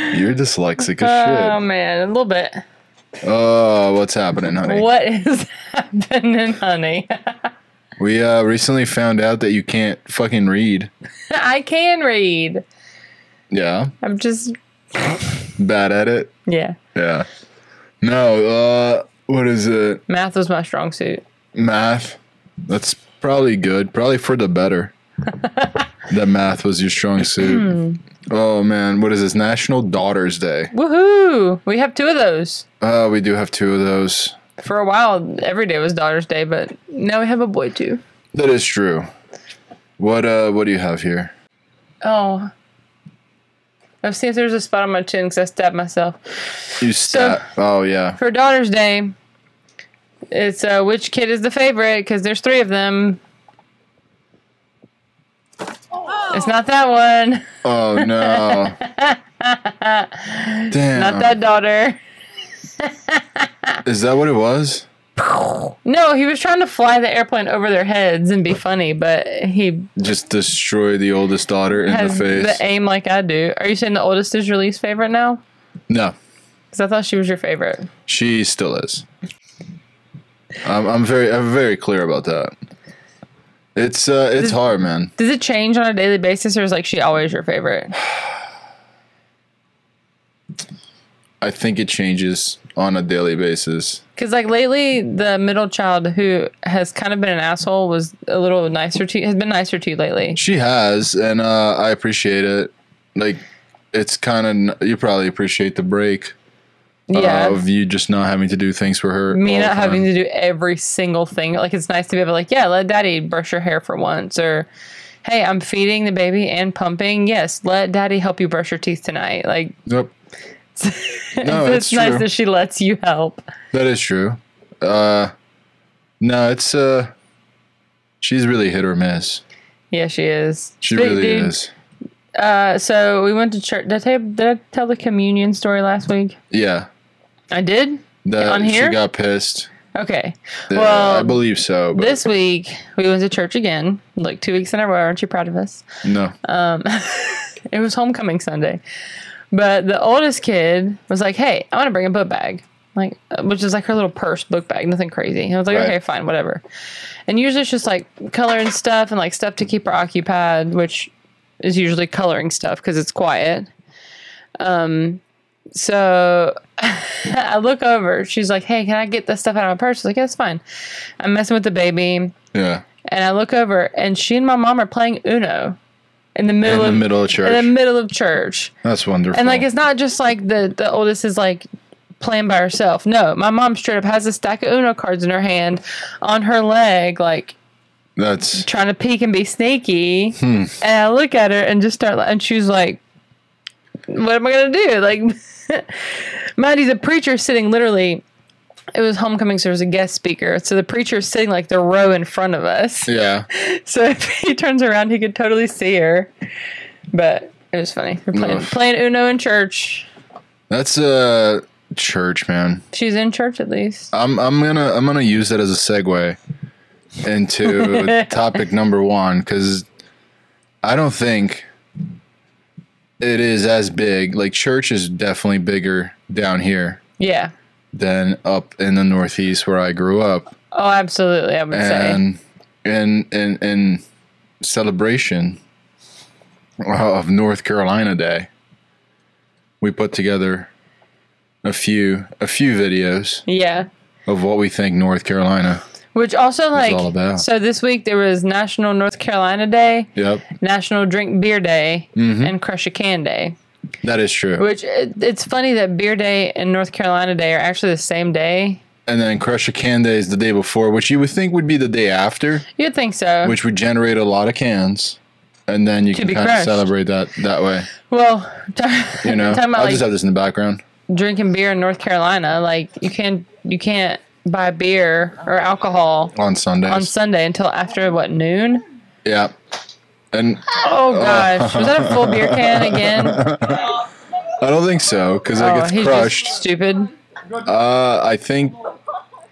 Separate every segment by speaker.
Speaker 1: dyslexic
Speaker 2: Oh
Speaker 1: as
Speaker 2: man, a little bit.
Speaker 1: shit. Oh, what's happening, honey?
Speaker 2: What is happening, honey?
Speaker 1: We uh, recently found out that you can't fucking read.
Speaker 2: I can read.
Speaker 1: Yeah,
Speaker 2: I'm just
Speaker 1: bad at it.
Speaker 2: yeah.
Speaker 1: Yeah. No. Uh, what is it?
Speaker 2: Math was my strong suit.
Speaker 1: Math. That's probably good. Probably for the better. that math was your strong suit. oh man, what is this? National Daughters Day.
Speaker 2: Woohoo! We have two of those.
Speaker 1: Uh, we do have two of those.
Speaker 2: For a while, every day was Daughter's Day, but now we have a boy too.
Speaker 1: That is true. What uh, what do you have here?
Speaker 2: Oh. I've seen if there's a spot on my chin because I stabbed myself.
Speaker 1: You stat. oh yeah.
Speaker 2: For Daughter's Day, it's uh, which kid is the favorite because there's three of them. It's not that one,
Speaker 1: Oh no. Damn.
Speaker 2: not that daughter.
Speaker 1: Is that what it was?
Speaker 2: No, he was trying to fly the airplane over their heads and be funny, but he
Speaker 1: Just destroy the oldest daughter in the
Speaker 2: has the,
Speaker 1: face.
Speaker 2: aim like I do. Are you saying the oldest is your least favorite now?
Speaker 1: no,
Speaker 2: Because I thought she was your favorite.
Speaker 1: she still is. I'm, I'm very I'm very clear about that. It's uh it's hard, man.
Speaker 2: Does it change on a daily basis, or is like she always your favorite?
Speaker 1: I think it changes on a daily basis.
Speaker 2: Because like lately, the middle child who has kind of been an asshole was a little nicer to has been nicer to you lately.
Speaker 1: She has, and uh, I appreciate it. Like, it's kind of you probably appreciate the break Oh,
Speaker 2: Yeah,
Speaker 1: of you just not having to do things for her.
Speaker 2: me
Speaker 1: all the
Speaker 2: not having
Speaker 1: time.
Speaker 2: to do every single thing. Like it's nice to be able to like yeah, let daddy brush your hair for once, or hey, I'm feeding the baby and pumping. Yes, let daddy help you brush your teeth tonight. Like
Speaker 1: Yep, No,
Speaker 2: it's
Speaker 1: it's
Speaker 2: nice
Speaker 1: Oh, true.
Speaker 2: that she lets you help.
Speaker 1: that is true. Uh, no, it's uh, she's really hit or miss.
Speaker 2: Yeah, she is.
Speaker 1: She
Speaker 2: Big
Speaker 1: really
Speaker 2: dude.
Speaker 1: is.
Speaker 2: Uh, so we went to church. Did I, tell, did I tell the communion story last week?
Speaker 1: Yeah,
Speaker 2: I did.
Speaker 1: that
Speaker 2: On here?
Speaker 1: she got pissed.
Speaker 2: Okay.
Speaker 1: Yeah,
Speaker 2: Well,
Speaker 1: I believe so. But
Speaker 2: This week we went to church again, like two weeks in a row. Aren't you proud of us?
Speaker 1: no,
Speaker 2: uh, It was homecoming Sunday, but the oldest kid was like, "Hey, I want to bring a book bag." Like, uh, which is like her little purse book bag, nothing crazy. And I was like,
Speaker 1: Right.
Speaker 2: okay, fine, whatever. And usually it's just like color and stuff and like stuff to keep her occupied, which is usually coloring stuff because it's quiet. Um, so I look over, she's like, hey, can I get this stuff out of my purse? I was like, yeah, it's fine. I'm messing with the baby.
Speaker 1: yeah,
Speaker 2: and I look over, and she and my mom are playing Uno in the
Speaker 1: in
Speaker 2: middle
Speaker 1: the
Speaker 2: of
Speaker 1: middle of church.
Speaker 2: in the middle of church.
Speaker 1: That's wonderful.
Speaker 2: And like, it's not just like the the oldest is like playing by herself. No, my mom straight up has a stack of Uno cards in her hand, on her leg, like
Speaker 1: that's
Speaker 2: trying to peek and be sneaky.
Speaker 1: Hmm.
Speaker 2: And I look at her and just start, and she's like, "What am I gonna do?" Like, mind you, the preacher sitting literally. It was homecoming, so there was a guest speaker. So the preacher's sitting like the row in front of us.
Speaker 1: yeah.
Speaker 2: So if he turns around, he could totally see her. But it was funny. We're playing,
Speaker 1: Oof.
Speaker 2: playing Uno in church.
Speaker 1: That's uh church, man.
Speaker 2: She's in church at least.
Speaker 1: I'm I'm gonna I'm gonna use that as a segue into topic number one because I don't think it is as big. Like church is definitely bigger down here
Speaker 2: Yeah.
Speaker 1: than up in the northeast where I grew up,
Speaker 2: Oh, absolutely. I would say.
Speaker 1: and and and and celebration of North Carolina Day, we put together a few a few videos
Speaker 2: Yeah.
Speaker 1: of what we think North Carolina.
Speaker 2: Which also like
Speaker 1: all about.
Speaker 2: so this week there was National North Carolina Day,
Speaker 1: Yep,
Speaker 2: National Drink Beer Day,
Speaker 1: Mm-hmm.
Speaker 2: and Crush a Can Day.
Speaker 1: that is true.
Speaker 2: Which it, it's funny that Beer Day and North Carolina Day are actually the same day.
Speaker 1: And then Crush a Can Day is the day before, which you would think would be the day after,
Speaker 2: You'd think so.
Speaker 1: which would generate a lot of cans. And then you can
Speaker 2: be
Speaker 1: kind of
Speaker 2: crushed.
Speaker 1: celebrate that that way.
Speaker 2: well,
Speaker 1: You know,
Speaker 2: talking about
Speaker 1: I'll
Speaker 2: like
Speaker 1: just have this in the background.
Speaker 2: drinking beer in North Carolina. Like you can you can't buy beer or alcohol
Speaker 1: On Sundays.
Speaker 2: on Sunday until after what noon?
Speaker 1: yeah. And
Speaker 2: Oh gosh, was that a full beer can again?
Speaker 1: I don't think so because it
Speaker 2: Oh,
Speaker 1: gets
Speaker 2: he's
Speaker 1: crushed.
Speaker 2: just stupid.
Speaker 1: Uh, I think,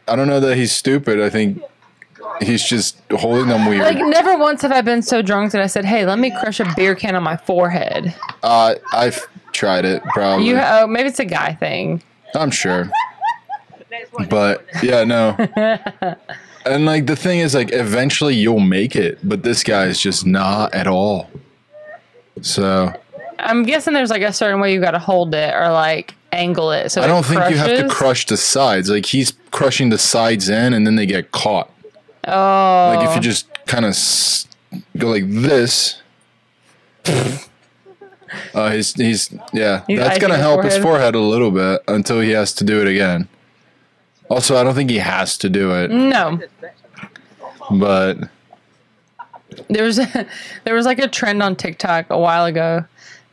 Speaker 1: I don't know that he's stupid. I think he's just holding them
Speaker 2: Like
Speaker 1: weird.
Speaker 2: never once have I been so drunk that I said, "Hey, let me crush a beer can on my forehead."
Speaker 1: Uh, I f- tried it probably.
Speaker 2: You oh, maybe it's a guy thing.
Speaker 1: I'm sure. But yeah, no. and like the thing is like eventually you'll make it, but this guy is just not at all. So
Speaker 2: I'm guessing there's like a certain way you got to hold it or like angle it. So
Speaker 1: I
Speaker 2: it
Speaker 1: don't think you have to
Speaker 2: crushes.
Speaker 1: crush the sides. Like he's crushing the sides in and then they get caught.
Speaker 2: Oh,
Speaker 1: Like if you just kind of s- go like this, uh, he's he's yeah.
Speaker 2: He's
Speaker 1: that's gonna
Speaker 2: icing his
Speaker 1: help his
Speaker 2: forehead.
Speaker 1: forehead a little bit until he has to do it again. Also, I don't think he has to do it,
Speaker 2: no.
Speaker 1: but
Speaker 2: There was there was like a trend on TikTok a while ago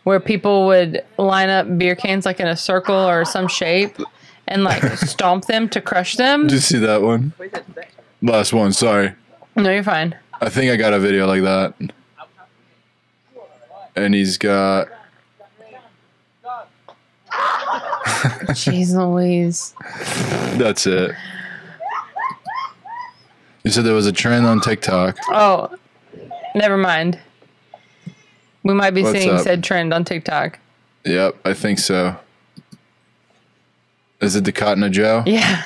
Speaker 2: where people would line up beer cans like in a circle or some shape and like stomp them to crush them.
Speaker 1: did you see that one? Last one. Sorry,
Speaker 2: No, you're fine.
Speaker 1: I think I got a video like that. And he's got
Speaker 2: Jeez Louise.
Speaker 1: that's it. You said there was a trend on TikTok.
Speaker 2: Oh, never mind. We might be
Speaker 1: What's
Speaker 2: seeing
Speaker 1: up?
Speaker 2: said trend on TikTok.
Speaker 1: Yep, I think so. Is it the Cotton of Joe?
Speaker 2: Yeah.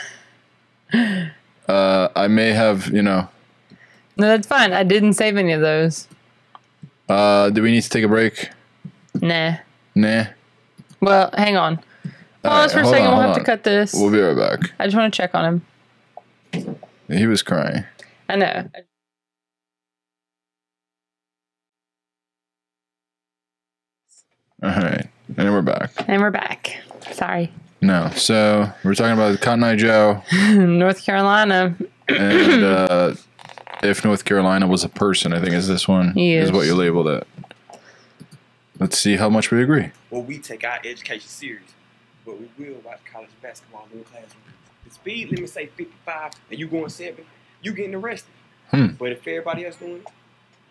Speaker 1: Uh, I may have, you know.
Speaker 2: No, that's fine. I didn't save any of those.
Speaker 1: Uh, do we need to take a break?
Speaker 2: Nah.
Speaker 1: Nah.
Speaker 2: Well, hang on. Pause for a
Speaker 1: hold
Speaker 2: second.
Speaker 1: on,
Speaker 2: we'll
Speaker 1: hold
Speaker 2: have to
Speaker 1: on.
Speaker 2: cut this.
Speaker 1: We'll be right back.
Speaker 2: I just want to check on him.
Speaker 1: He was crying.
Speaker 2: I know.
Speaker 1: All right. And then we're back.
Speaker 2: And we're back. Sorry.
Speaker 1: No. So we're talking about the Cotton Eye Joe
Speaker 2: North Carolina.
Speaker 1: and uh, if North Carolina was a person, I think is this one.
Speaker 2: Yes.
Speaker 1: Is what you labeled it. Let's see how much we agree.
Speaker 3: Well, we take our education serious, but we will watch college basketball in the classroom. The speed limit say 55 and you going 7, you getting arrested.
Speaker 1: Hmm.
Speaker 3: But if everybody else doing it,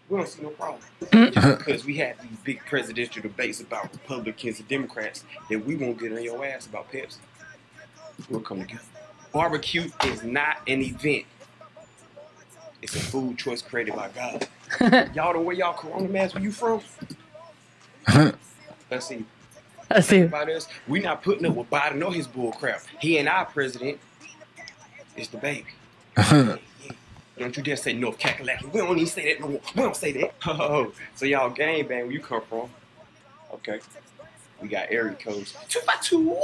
Speaker 3: we don't see no problem. because we have these big presidential debates about Republicans and Democrats that we won't get on your ass about Pepsi. We'll come together. Barbecue is not an event. It's a food choice created by God. y'all don't wear y'all corona masks where you from? Let's see
Speaker 2: Let's see.
Speaker 3: about us. We're not putting up with Biden or his bull crap. He ain't our president. It's the baby. Don't you dare say North Carolina. We don't even say that no more. We don't say that. Oh, so y'all gang bang where you come from. Okay. We got area codes. Two by two.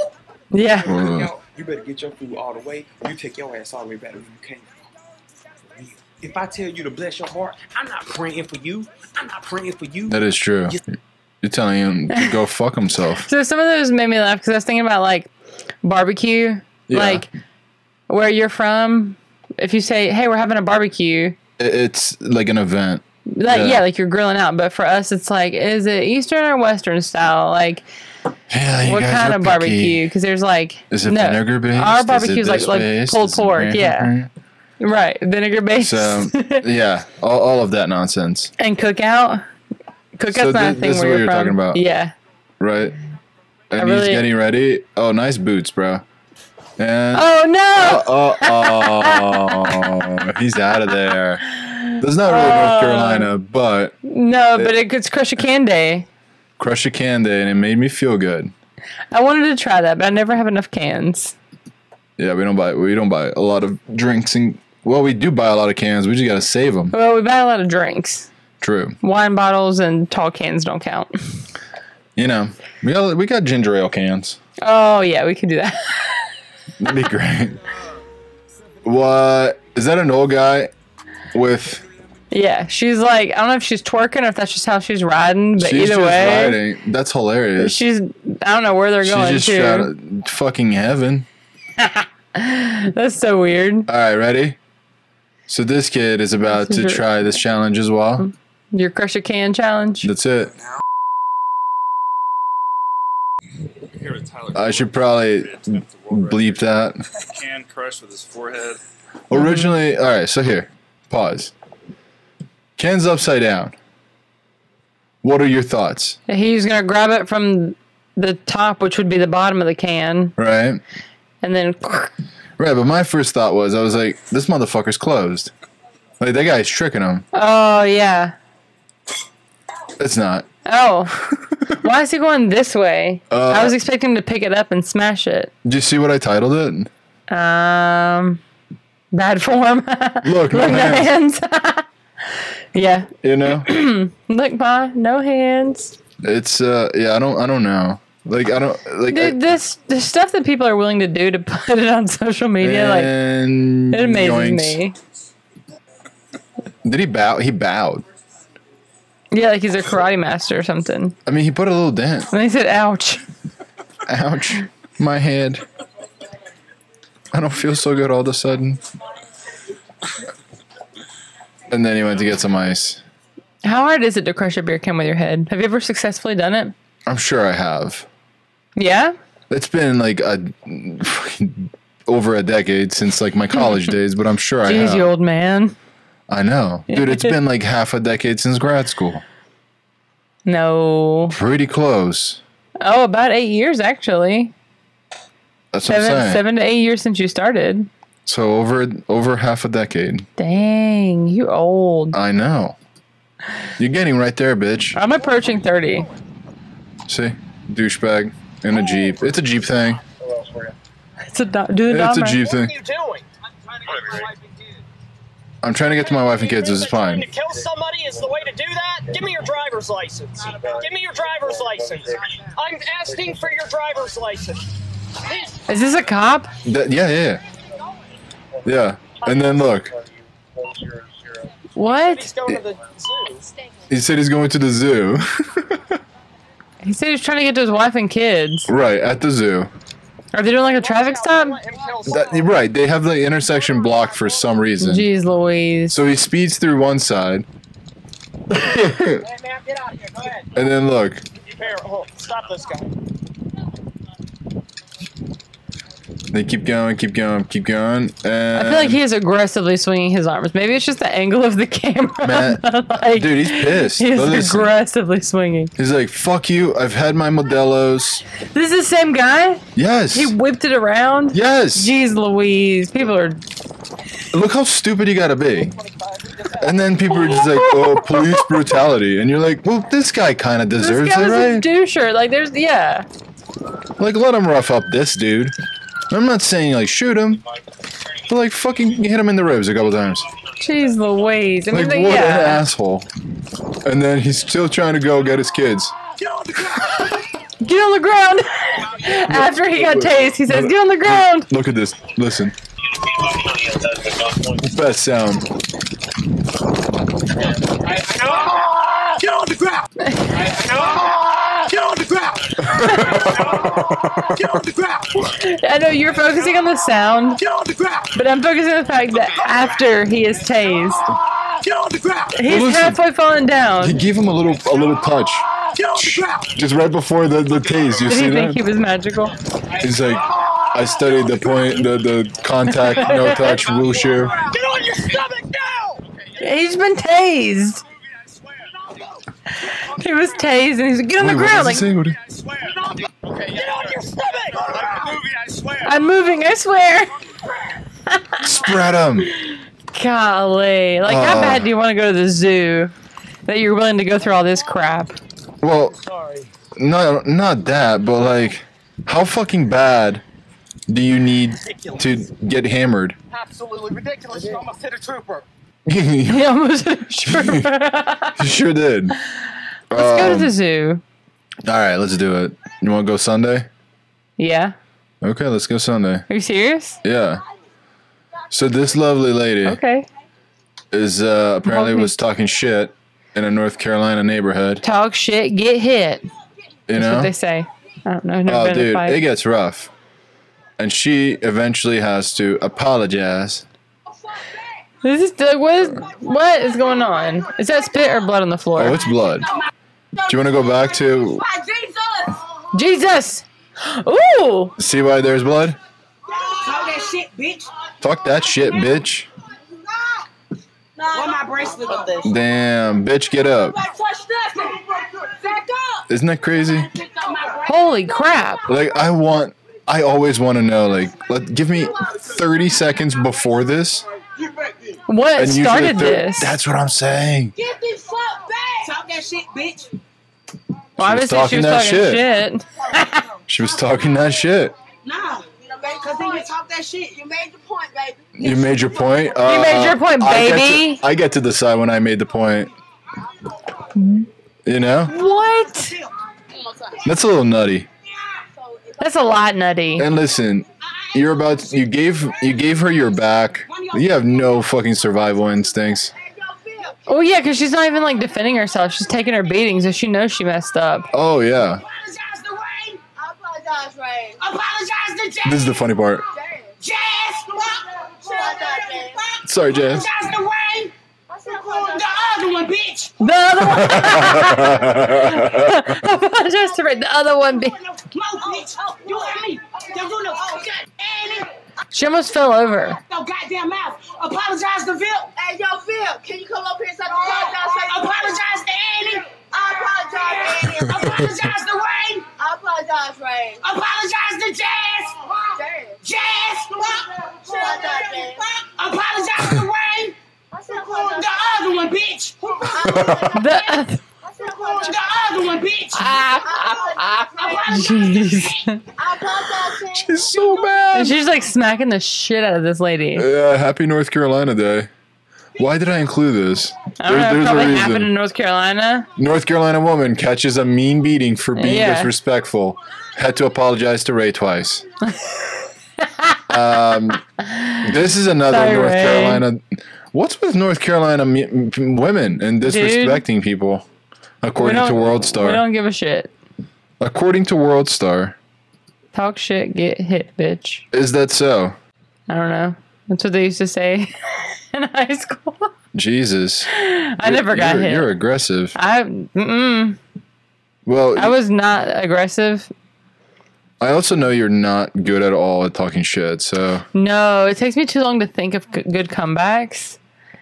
Speaker 2: Yeah.
Speaker 1: Mm.
Speaker 3: Y'all, you better get your food all the way. You take your ass all the way back where you came from. If I tell you to bless your heart, I'm not praying for you. I'm not praying for you.
Speaker 1: That is true. You're telling him to go fuck himself.
Speaker 2: So some of those made me laugh because I was thinking about like barbecue,
Speaker 1: Yeah.
Speaker 2: like where you're from. If you say, "Hey, we're having a barbecue,"
Speaker 1: It- It's like an event.
Speaker 2: like yeah.
Speaker 1: Yeah.
Speaker 2: like you're grilling out. But for us, it's like, is it Eastern or Western style? Like
Speaker 1: Yeah, you
Speaker 2: what
Speaker 1: guys
Speaker 2: kind
Speaker 1: are
Speaker 2: of
Speaker 1: picky.
Speaker 2: barbecue? Because there's like
Speaker 1: Is it
Speaker 2: no,
Speaker 1: vinegar based?
Speaker 2: Our
Speaker 1: Is
Speaker 2: barbecue
Speaker 1: it
Speaker 2: is like
Speaker 1: this
Speaker 2: like
Speaker 1: based?
Speaker 2: pulled
Speaker 1: Is it
Speaker 2: pork.
Speaker 1: American
Speaker 2: Yeah,
Speaker 1: based?
Speaker 2: right. Vinegar based
Speaker 1: So yeah, all, all of that nonsense,
Speaker 2: and cookout. Cookout's
Speaker 1: So
Speaker 2: not a
Speaker 1: thi-
Speaker 2: thing
Speaker 1: this is
Speaker 2: where
Speaker 1: what
Speaker 2: you're
Speaker 1: you're
Speaker 2: from.
Speaker 1: talking about.
Speaker 2: Yeah.
Speaker 1: right? And he's
Speaker 2: really-
Speaker 1: getting ready. Oh, nice boots, bro. And oh,
Speaker 2: Oh no!
Speaker 1: oh, oh, he's out of there. That's not really
Speaker 2: Uh.
Speaker 1: North Carolina, but
Speaker 2: no, but it, it's Crush a Can Day.
Speaker 1: crush a can day, and it made me feel good.
Speaker 2: I wanted to try that, but I never have enough cans.
Speaker 1: Yeah, we don't buy we don't buy a lot of drinks, and well, we do buy a lot of cans. We just gotta save them.
Speaker 2: Well, we buy a lot of drinks.
Speaker 1: True.
Speaker 2: Wine bottles and tall cans don't count.
Speaker 1: You know, we got we got ginger ale cans.
Speaker 2: Oh yeah, we could do that.
Speaker 1: That'd be great. What is that? An old guy with
Speaker 2: yeah, she's like I don't know if she's twerking or if that's just how she's riding, but
Speaker 1: she's just
Speaker 2: either way,
Speaker 1: riding. That's hilarious.
Speaker 2: she's I don't know where they're
Speaker 1: She's
Speaker 2: going
Speaker 1: just
Speaker 2: to.
Speaker 1: shouted, fucking heaven.
Speaker 2: That's so weird.
Speaker 1: All right, ready? So this kid is about
Speaker 2: This is
Speaker 1: to
Speaker 2: re-
Speaker 1: try this challenge as well.
Speaker 2: Your crush a can challenge.
Speaker 1: That's it.
Speaker 4: Here with Tyler
Speaker 1: I should probably bleep that.
Speaker 4: Can crush with his forehead.
Speaker 1: Originally, all right, so here. Pause. Ken's upside down. What are your thoughts?
Speaker 2: He's gonna grab it from the top, which would be the bottom of the can,
Speaker 1: Right?
Speaker 2: and then
Speaker 1: Right, but my first thought was I was like, this motherfucker's closed. Like that guy's tricking him.
Speaker 2: oh yeah,
Speaker 1: It's not.
Speaker 2: Oh, why is he going this way?
Speaker 1: Uh,
Speaker 2: I was expecting him to pick it up and smash it.
Speaker 1: Do you see what I titled it?
Speaker 2: Um, bad form.
Speaker 1: Look, no
Speaker 2: no
Speaker 1: hands.
Speaker 2: hands. yeah,
Speaker 1: You know,
Speaker 2: look, ma, no hands.
Speaker 1: it's uh, yeah. I don't, I don't know. Like I don't like. I-
Speaker 2: Dude, this the stuff that people are willing to do to put it on social media, like
Speaker 1: and
Speaker 2: it amazes
Speaker 1: yoinks.
Speaker 2: me.
Speaker 1: Did he bow? He bowed.
Speaker 2: Yeah, like he's a karate master or something.
Speaker 1: I mean, he put a little dent.
Speaker 2: And he said, "Ouch."
Speaker 1: Ouch, my head. I don't feel so good all of a sudden. And then he went to get some ice.
Speaker 2: How hard is it to crush a beer can with your head? Have you ever successfully done it?
Speaker 1: I'm sure I have.
Speaker 2: Yeah.
Speaker 1: It's been like a fucking over a decade since like my college days, but I'm sure I
Speaker 2: Jeez,
Speaker 1: have.
Speaker 2: you old man.
Speaker 1: I know, dude. It's been like half a decade since grad school.
Speaker 2: No.
Speaker 1: Pretty close.
Speaker 2: Oh, about eight years actually.
Speaker 1: That's what I'm
Speaker 2: Seven,
Speaker 1: saying.
Speaker 2: seven to eight years since you started.
Speaker 1: So over over half a decade.
Speaker 2: Dang, you old.
Speaker 1: I know. You're getting right there, bitch.
Speaker 2: I'm approaching thirty. Oh.
Speaker 1: See, douchebag in a jeep. It's a jeep thing.
Speaker 2: It's a do- do the
Speaker 1: It's a
Speaker 2: Dahmer.
Speaker 1: jeep thing.
Speaker 5: What are you doing?
Speaker 6: I'm trying to get my wife and kids.
Speaker 1: I'm trying to get to my wife and kids. It's
Speaker 5: Trying
Speaker 1: fine.
Speaker 5: to kill somebody is the way to do that? Give me your driver's license. Give me your driver's license. I'm asking for your driver's license.
Speaker 2: Is this a cop?
Speaker 1: That, yeah, yeah, yeah. Yeah. And then look,
Speaker 5: He's
Speaker 2: What?
Speaker 5: going to the zoo.
Speaker 1: he said he's going to the zoo.
Speaker 2: He said he was trying to get to his wife and kids.
Speaker 1: right at the zoo.
Speaker 2: Are they doing like a traffic stop?
Speaker 5: Let him kill
Speaker 1: That,
Speaker 5: somebody.
Speaker 1: right. They have the intersection blocked for some reason.
Speaker 2: Jeez Louise.
Speaker 1: So he speeds through one side, and
Speaker 5: Hey, man, get out of here. Go ahead.
Speaker 1: then look,
Speaker 5: Here, hold. Stop this guy.
Speaker 1: they keep going, keep going, keep going, and
Speaker 2: I feel like he is aggressively swinging his arms. Maybe it's just the angle of the camera.
Speaker 1: Man,
Speaker 2: but, like,
Speaker 1: dude, he's pissed.
Speaker 2: He is
Speaker 1: But listen.
Speaker 2: aggressively swinging.
Speaker 1: he's like, "Fuck you! I've had my Modelo's."
Speaker 2: This is the same guy?
Speaker 1: Yes.
Speaker 2: He whipped it around?
Speaker 1: yes.
Speaker 2: Jeez Louise. People are.
Speaker 1: Look how stupid you gotta be. And then people are just like, "Oh, police brutality," and you're like, "Well, this guy kind of
Speaker 2: This
Speaker 1: deserves it,
Speaker 2: guy was a
Speaker 1: right?"
Speaker 2: doucher. Like, there's. Yeah.
Speaker 1: Like, let him rough up this dude. I'm not saying like shoot him, but like fucking hit him in the ribs a couple times.
Speaker 2: Jeez Louise. I mean,
Speaker 1: Like what
Speaker 2: they-
Speaker 1: an
Speaker 2: yeah.
Speaker 1: asshole. And then he's still trying to go get his kids.
Speaker 2: Get on the ground. After he got tased, he says, Get on the ground.
Speaker 1: Look at this. Listen. Best sound.
Speaker 2: I know you're focusing on the sound. But I'm focusing on the fact that after he is tased, he's
Speaker 1: Well, listen.
Speaker 2: halfway falling
Speaker 1: He
Speaker 2: down.
Speaker 1: gave him a little a little touch. Just right before the, the tase. You
Speaker 2: Did
Speaker 1: see
Speaker 2: he
Speaker 1: that?
Speaker 2: think he was magical?
Speaker 1: He's like, I studied the point, the, the contact, no touch, wushu.
Speaker 5: Get on your stomach now!
Speaker 2: He's been tased. He was tased and he's like, get on
Speaker 1: Wait,
Speaker 2: the
Speaker 1: what does
Speaker 2: ground.
Speaker 1: he
Speaker 2: Like,
Speaker 1: say? What do-
Speaker 5: Get on your stomach!
Speaker 2: I'm moving, I swear.
Speaker 1: Spread him.
Speaker 2: Golly. Like, how
Speaker 1: Uh.
Speaker 2: bad do you want to go to the zoo that you're willing to go through all this crap?
Speaker 1: Well,
Speaker 5: Sorry.
Speaker 1: not not that, but like, how fucking bad do you need to get hammered?
Speaker 5: Absolutely ridiculous. You almost hit a trooper.
Speaker 1: you
Speaker 2: He almost sure. Let's
Speaker 1: sure did.
Speaker 2: go to
Speaker 1: Um,
Speaker 2: the zoo.
Speaker 1: All right, let's do it. You want to go Sunday?
Speaker 2: Yeah.
Speaker 1: Okay, let's go Sunday.
Speaker 2: Are you serious?
Speaker 1: Yeah. So this lovely lady
Speaker 2: Okay.
Speaker 1: is uh, apparently
Speaker 2: Okay.
Speaker 1: was talking shit in a North Carolina neighborhood.
Speaker 2: Talk shit, get hit.
Speaker 1: You
Speaker 2: That's what
Speaker 1: know,
Speaker 2: they say. I don't know. I've never
Speaker 1: Oh,
Speaker 2: been in a
Speaker 1: dude,
Speaker 2: fight.
Speaker 1: it gets rough. And she eventually has to apologize.
Speaker 2: This is like, what is what is going on? Is that spit or blood on the floor?
Speaker 1: Oh, it's blood. Do you want to go back to
Speaker 2: Jesus! Ooh!
Speaker 1: see why there's blood?
Speaker 7: Talk that shit, bitch.
Speaker 1: Fuck that shit, bitch.
Speaker 7: Where my bracelet up there?
Speaker 1: Damn, bitch, get up. Isn't that crazy?
Speaker 2: Holy crap!
Speaker 1: Like, I want, I always want to know, like, let, give me 30 seconds before this.
Speaker 2: What
Speaker 1: usually
Speaker 2: started
Speaker 1: thir-
Speaker 2: this?
Speaker 1: That's what I'm saying.
Speaker 7: Get this fuck back. Talk that shit, bitch.
Speaker 2: Well,
Speaker 1: She was
Speaker 2: obviously she
Speaker 1: talking
Speaker 2: was
Speaker 1: that
Speaker 2: talking shit.
Speaker 1: She was talking that shit.
Speaker 7: Nah, because then you talk that shit. You made the point, baby.
Speaker 1: You made your point. Uh,
Speaker 2: made your point,
Speaker 1: I get to-
Speaker 2: baby.
Speaker 1: I get to decide when I made the point. You know,
Speaker 2: What?
Speaker 1: that's a little nutty.
Speaker 2: That's a lot nutty.
Speaker 1: And listen, you're about you gave you gave her your back. You have no fucking survival instincts.
Speaker 2: Oh yeah, because she's not even like defending herself. She's taking her beatings, and she knows she messed up.
Speaker 1: Oh yeah,
Speaker 7: Apologize to Rain. Apologize, Rain. Apologize to Jazz.
Speaker 1: this is the funny part.
Speaker 7: Jazz. Apologize
Speaker 1: Sorry, Jazz.
Speaker 7: to Rain. The other one, bitch.
Speaker 2: The other one. Apologize to Ray. The other one. be-
Speaker 7: No smoke, bitch. You hear me? Don't do no goddamn
Speaker 2: She almost fell over.
Speaker 7: no goddamn mouth. Apologize to Vip. Hey, yo, Vip, can you come up here so I can apologize? Oh, Apologize to Annie. I apologize, Annie. apologize to Rain. I apologize, Rain. Apologize to Jazz. Jazz. Jazz. Apologize to Rain. The other one, bitch.
Speaker 2: The other.
Speaker 7: The other one, bitch. Apologize to
Speaker 2: Jeez.
Speaker 1: She's so
Speaker 2: And
Speaker 1: mad.
Speaker 2: she's like smacking the shit out of this lady.
Speaker 1: Yeah, Uh, happy North Carolina Day. Why did I include this?
Speaker 2: I don't
Speaker 1: There-
Speaker 2: know. It probably happened in North Carolina.
Speaker 1: North Carolina woman catches a mean beating for being
Speaker 2: Yeah.
Speaker 1: disrespectful. Had to apologize to Ray twice. um, this is another
Speaker 2: Sorry,
Speaker 1: North
Speaker 2: Ray.
Speaker 1: Carolina. What's with North Carolina me- m- women and disrespecting people?
Speaker 2: We
Speaker 1: According to
Speaker 2: don't-
Speaker 1: World
Speaker 2: We
Speaker 1: Star.
Speaker 2: don't give a shit.
Speaker 1: According to World Star,
Speaker 2: Talk shit, get hit, bitch.
Speaker 1: is that so?
Speaker 2: I don't know. That's what they used to say in high school.
Speaker 1: Jesus,
Speaker 2: I never got
Speaker 1: you're,
Speaker 2: hit.
Speaker 1: You're aggressive.
Speaker 2: I mm-mm.
Speaker 1: Well,
Speaker 2: I was not aggressive.
Speaker 1: I also know you're not good at all at talking shit, so
Speaker 2: No, it takes me too long to think of g- good comebacks.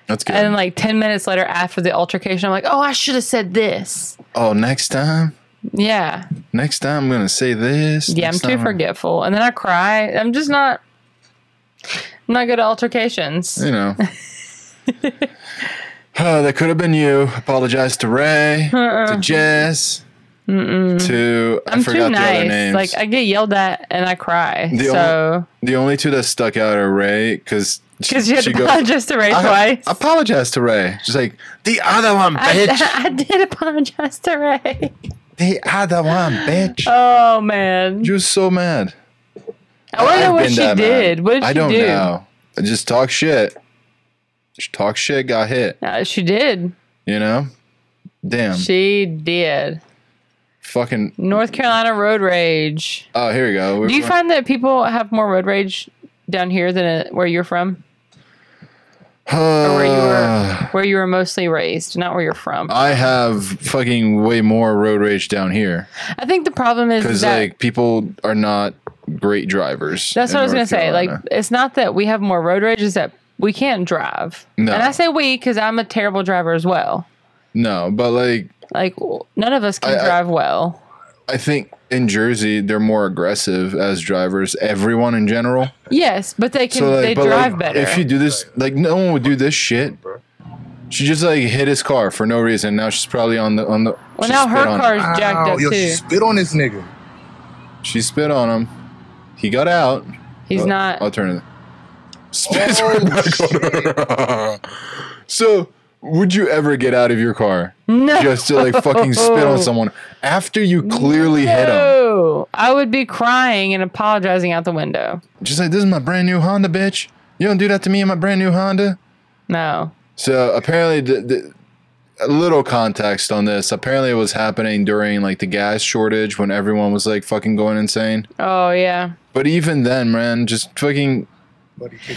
Speaker 1: that's good.
Speaker 2: And then, like 10 minutes later after the altercation, I'm like, "Oh, I should have said this."
Speaker 1: oh, next time,
Speaker 2: Yeah.
Speaker 1: next time I'm gonna say this.
Speaker 2: Yeah, I'm
Speaker 1: next
Speaker 2: too
Speaker 1: time I'm-
Speaker 2: forgetful. And then I cry. I'm just not I'm not good at altercations.
Speaker 1: You know, Uh, that could have been you. Apologize to Ray, to Jess, to I
Speaker 2: Uh-uh. I'm
Speaker 1: forgot
Speaker 2: too
Speaker 1: the other
Speaker 2: nice.
Speaker 1: names.
Speaker 2: Like I get yelled at and I cry.
Speaker 1: The
Speaker 2: so
Speaker 1: the only two that stuck out are Ray because
Speaker 2: because you had to apologize to Ray twice.
Speaker 1: I apologize to Ray. She's like the other one, bitch.
Speaker 2: I, I did apologize to Ray.
Speaker 1: the other one, bitch.
Speaker 2: Oh man!
Speaker 1: She was so mad.
Speaker 2: I want to know
Speaker 1: I've
Speaker 2: what
Speaker 1: been
Speaker 2: she
Speaker 1: that mad.
Speaker 2: did. What did
Speaker 1: I
Speaker 2: she
Speaker 1: don't
Speaker 2: do?
Speaker 1: know. I just talk shit. Just talk shit. Got hit.
Speaker 2: Uh, she did.
Speaker 1: You know. Damn.
Speaker 2: She did.
Speaker 1: Fucking.
Speaker 2: North Carolina road rage.
Speaker 1: Oh, here we go.
Speaker 2: Do you
Speaker 1: We're-
Speaker 2: find that people have more road rage down here than uh, where you're from, or where you were, where you were mostly raised, not where you're from?
Speaker 1: Uh. I have fucking way more road rage down here
Speaker 2: I think the problem is
Speaker 1: because
Speaker 2: that
Speaker 1: like people are not great drivers.
Speaker 2: That's
Speaker 1: in
Speaker 2: what I was gonna
Speaker 1: North
Speaker 2: say. Like,
Speaker 1: Carolina.
Speaker 2: it's not that we have more road rage; it's that we can't drive.
Speaker 1: No.
Speaker 2: And I say we because I'm a terrible driver as well.
Speaker 1: no, but like
Speaker 2: Like, w- none of us can
Speaker 1: I- I-
Speaker 2: drive well.
Speaker 1: I think in Jersey they're more aggressive as drivers. Everyone in general.
Speaker 2: Yes, but they can.
Speaker 1: So like,
Speaker 2: they
Speaker 1: but
Speaker 2: drive
Speaker 1: like,
Speaker 2: better.
Speaker 1: if you do this, like no one would do this shit. She just like hit his car for no reason. Now she's probably on the on the.
Speaker 2: well,
Speaker 1: she
Speaker 2: now her
Speaker 1: spit on-
Speaker 2: car's jacked up
Speaker 8: yo, she
Speaker 2: too.
Speaker 8: spit on this nigga.
Speaker 1: She spit on him. He got out.
Speaker 2: He's
Speaker 1: I'll-
Speaker 2: not.
Speaker 1: I'll turn it. Spits right back on her. so, would you ever get out of your car
Speaker 2: no.
Speaker 1: just to like fucking spit on someone after you clearly hit them?
Speaker 2: no. I would be crying and apologizing out the window.
Speaker 1: Just like this is my brand new Honda, bitch. You don't do that to me in my brand new Honda.
Speaker 2: No.
Speaker 1: So apparently, the, the, a little context on this. Apparently, it was happening during like the gas shortage when everyone was like fucking going insane.
Speaker 2: Oh yeah.
Speaker 1: But even then, man, just fucking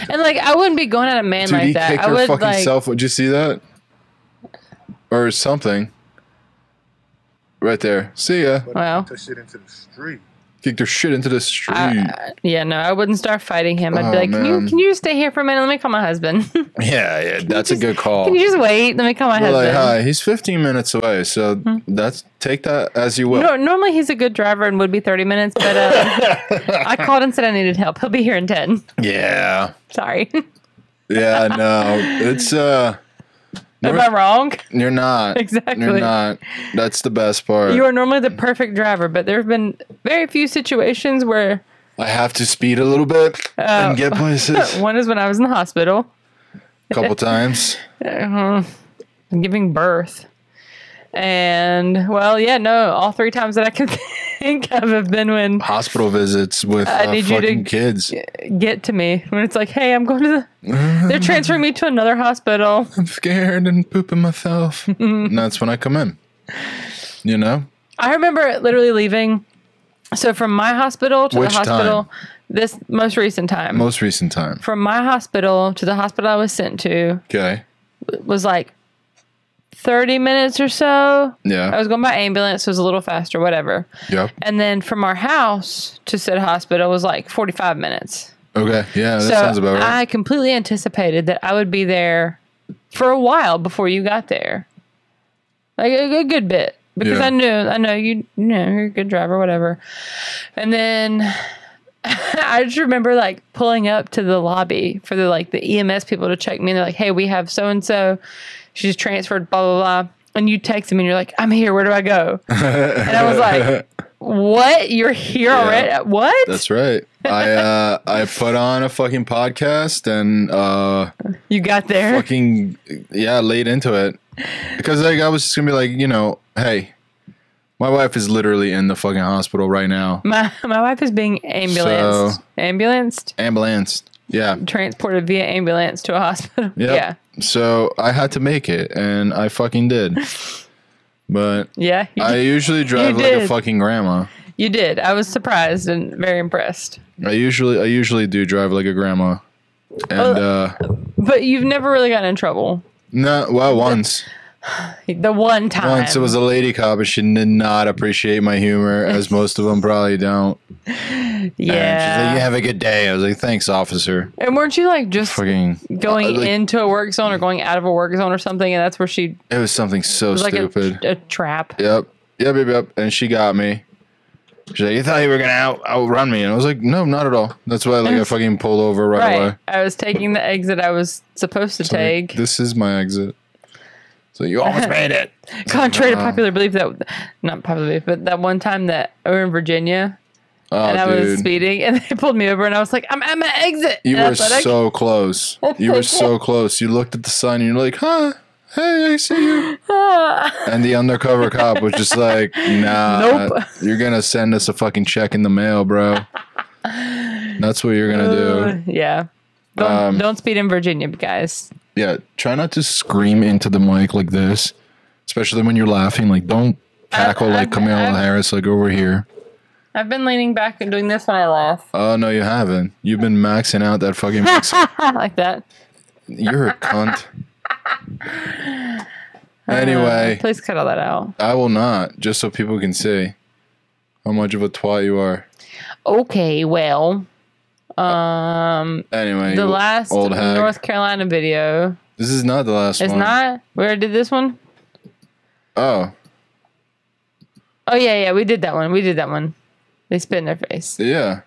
Speaker 2: And like, I wouldn't be going at a man
Speaker 1: dude, he
Speaker 2: like that.
Speaker 1: kicked
Speaker 2: I
Speaker 1: her
Speaker 2: would
Speaker 1: fucking
Speaker 2: like.
Speaker 1: self. Would you see that? Or something. Right there. See ya.
Speaker 2: Well.
Speaker 8: Put shit into the street.
Speaker 1: Kicked her shit into the street.
Speaker 2: I, yeah, no, I wouldn't start fighting him. I'd
Speaker 1: Oh,
Speaker 2: be like, can
Speaker 1: man.
Speaker 2: you, can you stay here for a minute? Let me call my husband. can
Speaker 1: yeah, yeah, that's a good call.
Speaker 2: you just wait? Let me call my
Speaker 1: We're Oh. like,
Speaker 2: husband.
Speaker 1: hi, he's 15 minutes away, so
Speaker 2: Hmm.
Speaker 1: that's take that as you will.
Speaker 2: No, normally he's a good driver and would be 30 minutes, but uh, I called and said I needed help. He'll be here in 10.
Speaker 1: Yeah,
Speaker 2: Sorry.
Speaker 1: yeah, no, it's uh,
Speaker 2: Am I wrong?
Speaker 1: You're not.
Speaker 2: Exactly.
Speaker 1: You're not. That's the best part.
Speaker 2: You are normally the perfect driver, but there have been very few situations where
Speaker 1: I have to speed a little bit and get places a
Speaker 2: Oh. one is when I was in the hospital
Speaker 1: couple times.
Speaker 2: uh, giving birth. And well, yeah, no, all three times that I can think of have been when
Speaker 1: Hospital visits with
Speaker 2: I
Speaker 1: uh,
Speaker 2: need you to-
Speaker 1: fucking kids.
Speaker 2: get to me when it's like, hey, I'm going to the, they're transferring me to another hospital.
Speaker 1: I'm scared and pooping myself. and that's when I come in. You know?
Speaker 2: I remember literally leaving. So from my hospital to
Speaker 1: Which
Speaker 2: the hospital, this most recent time,
Speaker 1: Most recent time.
Speaker 2: from my hospital to the hospital I was sent to
Speaker 1: Okay.
Speaker 2: was like 30 minutes or so.
Speaker 1: Yeah.
Speaker 2: I was going by ambulance, so it was a little faster, whatever.
Speaker 1: yep.
Speaker 2: And then from our house to said hospital was like 45 minutes.
Speaker 1: Okay. Yeah, that
Speaker 2: so
Speaker 1: sounds about right.
Speaker 2: I completely anticipated that I would be there for a while before you got there, like a, a good bit, because
Speaker 1: Yeah.
Speaker 2: I knew I know you, you know you're a good driver, whatever. And then I just remember like pulling up to the lobby for the like the EMS people to check me, and they're like, "Hey, we have so and so, she's transferred, blah blah blah." And you text me, and you're like, "I'm here. Where do I go?" and I was like, "What? You're here already? What?"
Speaker 1: That's right. I uh, I put on a fucking podcast and uh,
Speaker 2: you got there.
Speaker 1: fucking yeah, laid into it because like I was just gonna be like, you know, hey, my wife is literally in the fucking hospital right now,
Speaker 2: My my wife is being ambulanced,
Speaker 1: So-
Speaker 2: ambulanced,
Speaker 1: ambulance. Yeah,
Speaker 2: transported via ambulance to a hospital.
Speaker 1: Yep. So I had to make it, and I fucking did. But
Speaker 2: Yeah, yeah. You,
Speaker 1: I
Speaker 2: did.
Speaker 1: usually drive like a
Speaker 2: did.
Speaker 1: fucking grandma.
Speaker 2: you did. I was surprised and very impressed.
Speaker 1: I usually I usually do drive like a grandma,
Speaker 2: Oh.
Speaker 1: and uh,
Speaker 2: But you've never really gotten in trouble.
Speaker 1: no, well, once.
Speaker 2: The one time.
Speaker 1: Once it was a lady cop, and she did not appreciate my humor, as most of them probably don't.
Speaker 2: yeah.
Speaker 1: And she's like, "You
Speaker 2: And,
Speaker 1: have a good day." I was like, "Thanks, officer."
Speaker 2: weren't you like just
Speaker 1: Fucking,
Speaker 2: going
Speaker 1: uh, like-
Speaker 2: into a work zone or going out of a work zone or something? And that's where she
Speaker 1: it
Speaker 2: it
Speaker 1: was something so
Speaker 2: was like
Speaker 1: stupid.
Speaker 2: a, a trap.
Speaker 1: yep, yep, yep, yep. And she got me. She's like, "You thought you were gonna out outrun me?" And I was like, "No, not at all." That's why, like, I fucking pulled over right,
Speaker 2: Right.
Speaker 1: away.
Speaker 2: I was taking the exit I was supposed to
Speaker 1: It's like,
Speaker 2: take.
Speaker 1: this is my exit. So you almost made it.
Speaker 2: Contrary to popular belief, that not popular belief, but that one time that we were in Virginia
Speaker 1: Oh,
Speaker 2: and I was
Speaker 1: dude.
Speaker 2: speeding, and they pulled me over, and I was like, "I'm at my exit."
Speaker 1: You
Speaker 2: and I
Speaker 1: were
Speaker 2: thought I-
Speaker 1: so close. You were so close. You looked at the sign and you're like, huh? Hey, I see you. and the undercover cop was just like, nah,
Speaker 2: Nope.
Speaker 1: you're going to send us a fucking check in the mail, bro. That's what you're going to do.
Speaker 2: yeah. Don't
Speaker 1: Um,
Speaker 2: don't speed in Virginia, guys.
Speaker 1: Yeah. Try not to scream into the mic like this, especially when you're laughing. Like, don't tackle like
Speaker 2: I've-
Speaker 1: Kamala
Speaker 2: I've-
Speaker 1: Harris, like over here.
Speaker 2: I've been leaning back and doing this when I laugh
Speaker 1: Oh, no, you haven't. You've been maxing out that fucking.
Speaker 2: like that.
Speaker 1: you're a cunt. Anyway.
Speaker 2: Uh, Please cut all that out.
Speaker 1: I will not, just so people can see how much of a twat you are.
Speaker 2: Okay, well, um,
Speaker 1: Anyway,
Speaker 2: the
Speaker 1: you
Speaker 2: last
Speaker 1: old hag.
Speaker 2: North Carolina video
Speaker 1: this is not the last
Speaker 2: is
Speaker 1: one.
Speaker 2: not where I did this one.
Speaker 1: Oh,
Speaker 2: Oh yeah, yeah, we did that one. We did that one. They spit in their face.
Speaker 1: yeah,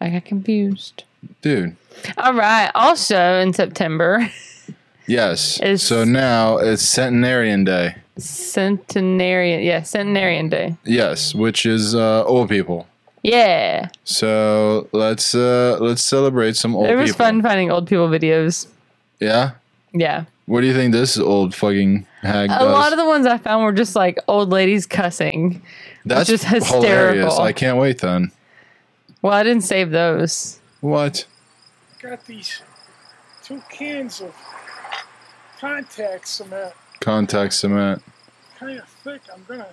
Speaker 2: I got confused.
Speaker 1: dude.
Speaker 2: All right. Also in September,
Speaker 1: Yes.
Speaker 2: It's-
Speaker 1: so now it's Centenarian Day.
Speaker 2: Centenarian. Yeah, Centenarian Day.
Speaker 1: Yes, which is uh, old people.
Speaker 2: Yeah.
Speaker 1: So let's uh, let's celebrate some old.
Speaker 2: it was
Speaker 1: people.
Speaker 2: fun finding old people videos.
Speaker 1: Yeah.
Speaker 2: Yeah.
Speaker 1: What do you think this old fucking hag
Speaker 2: A
Speaker 1: does?
Speaker 2: lot of the ones I found were just like old ladies cussing.
Speaker 1: That's
Speaker 2: just hysterical.
Speaker 1: hilarious. I can't wait then.
Speaker 2: Well, I didn't save those.
Speaker 1: What?
Speaker 9: got these two cans of contact cement,
Speaker 1: Contact cement.
Speaker 9: kind of thick. I'm gonna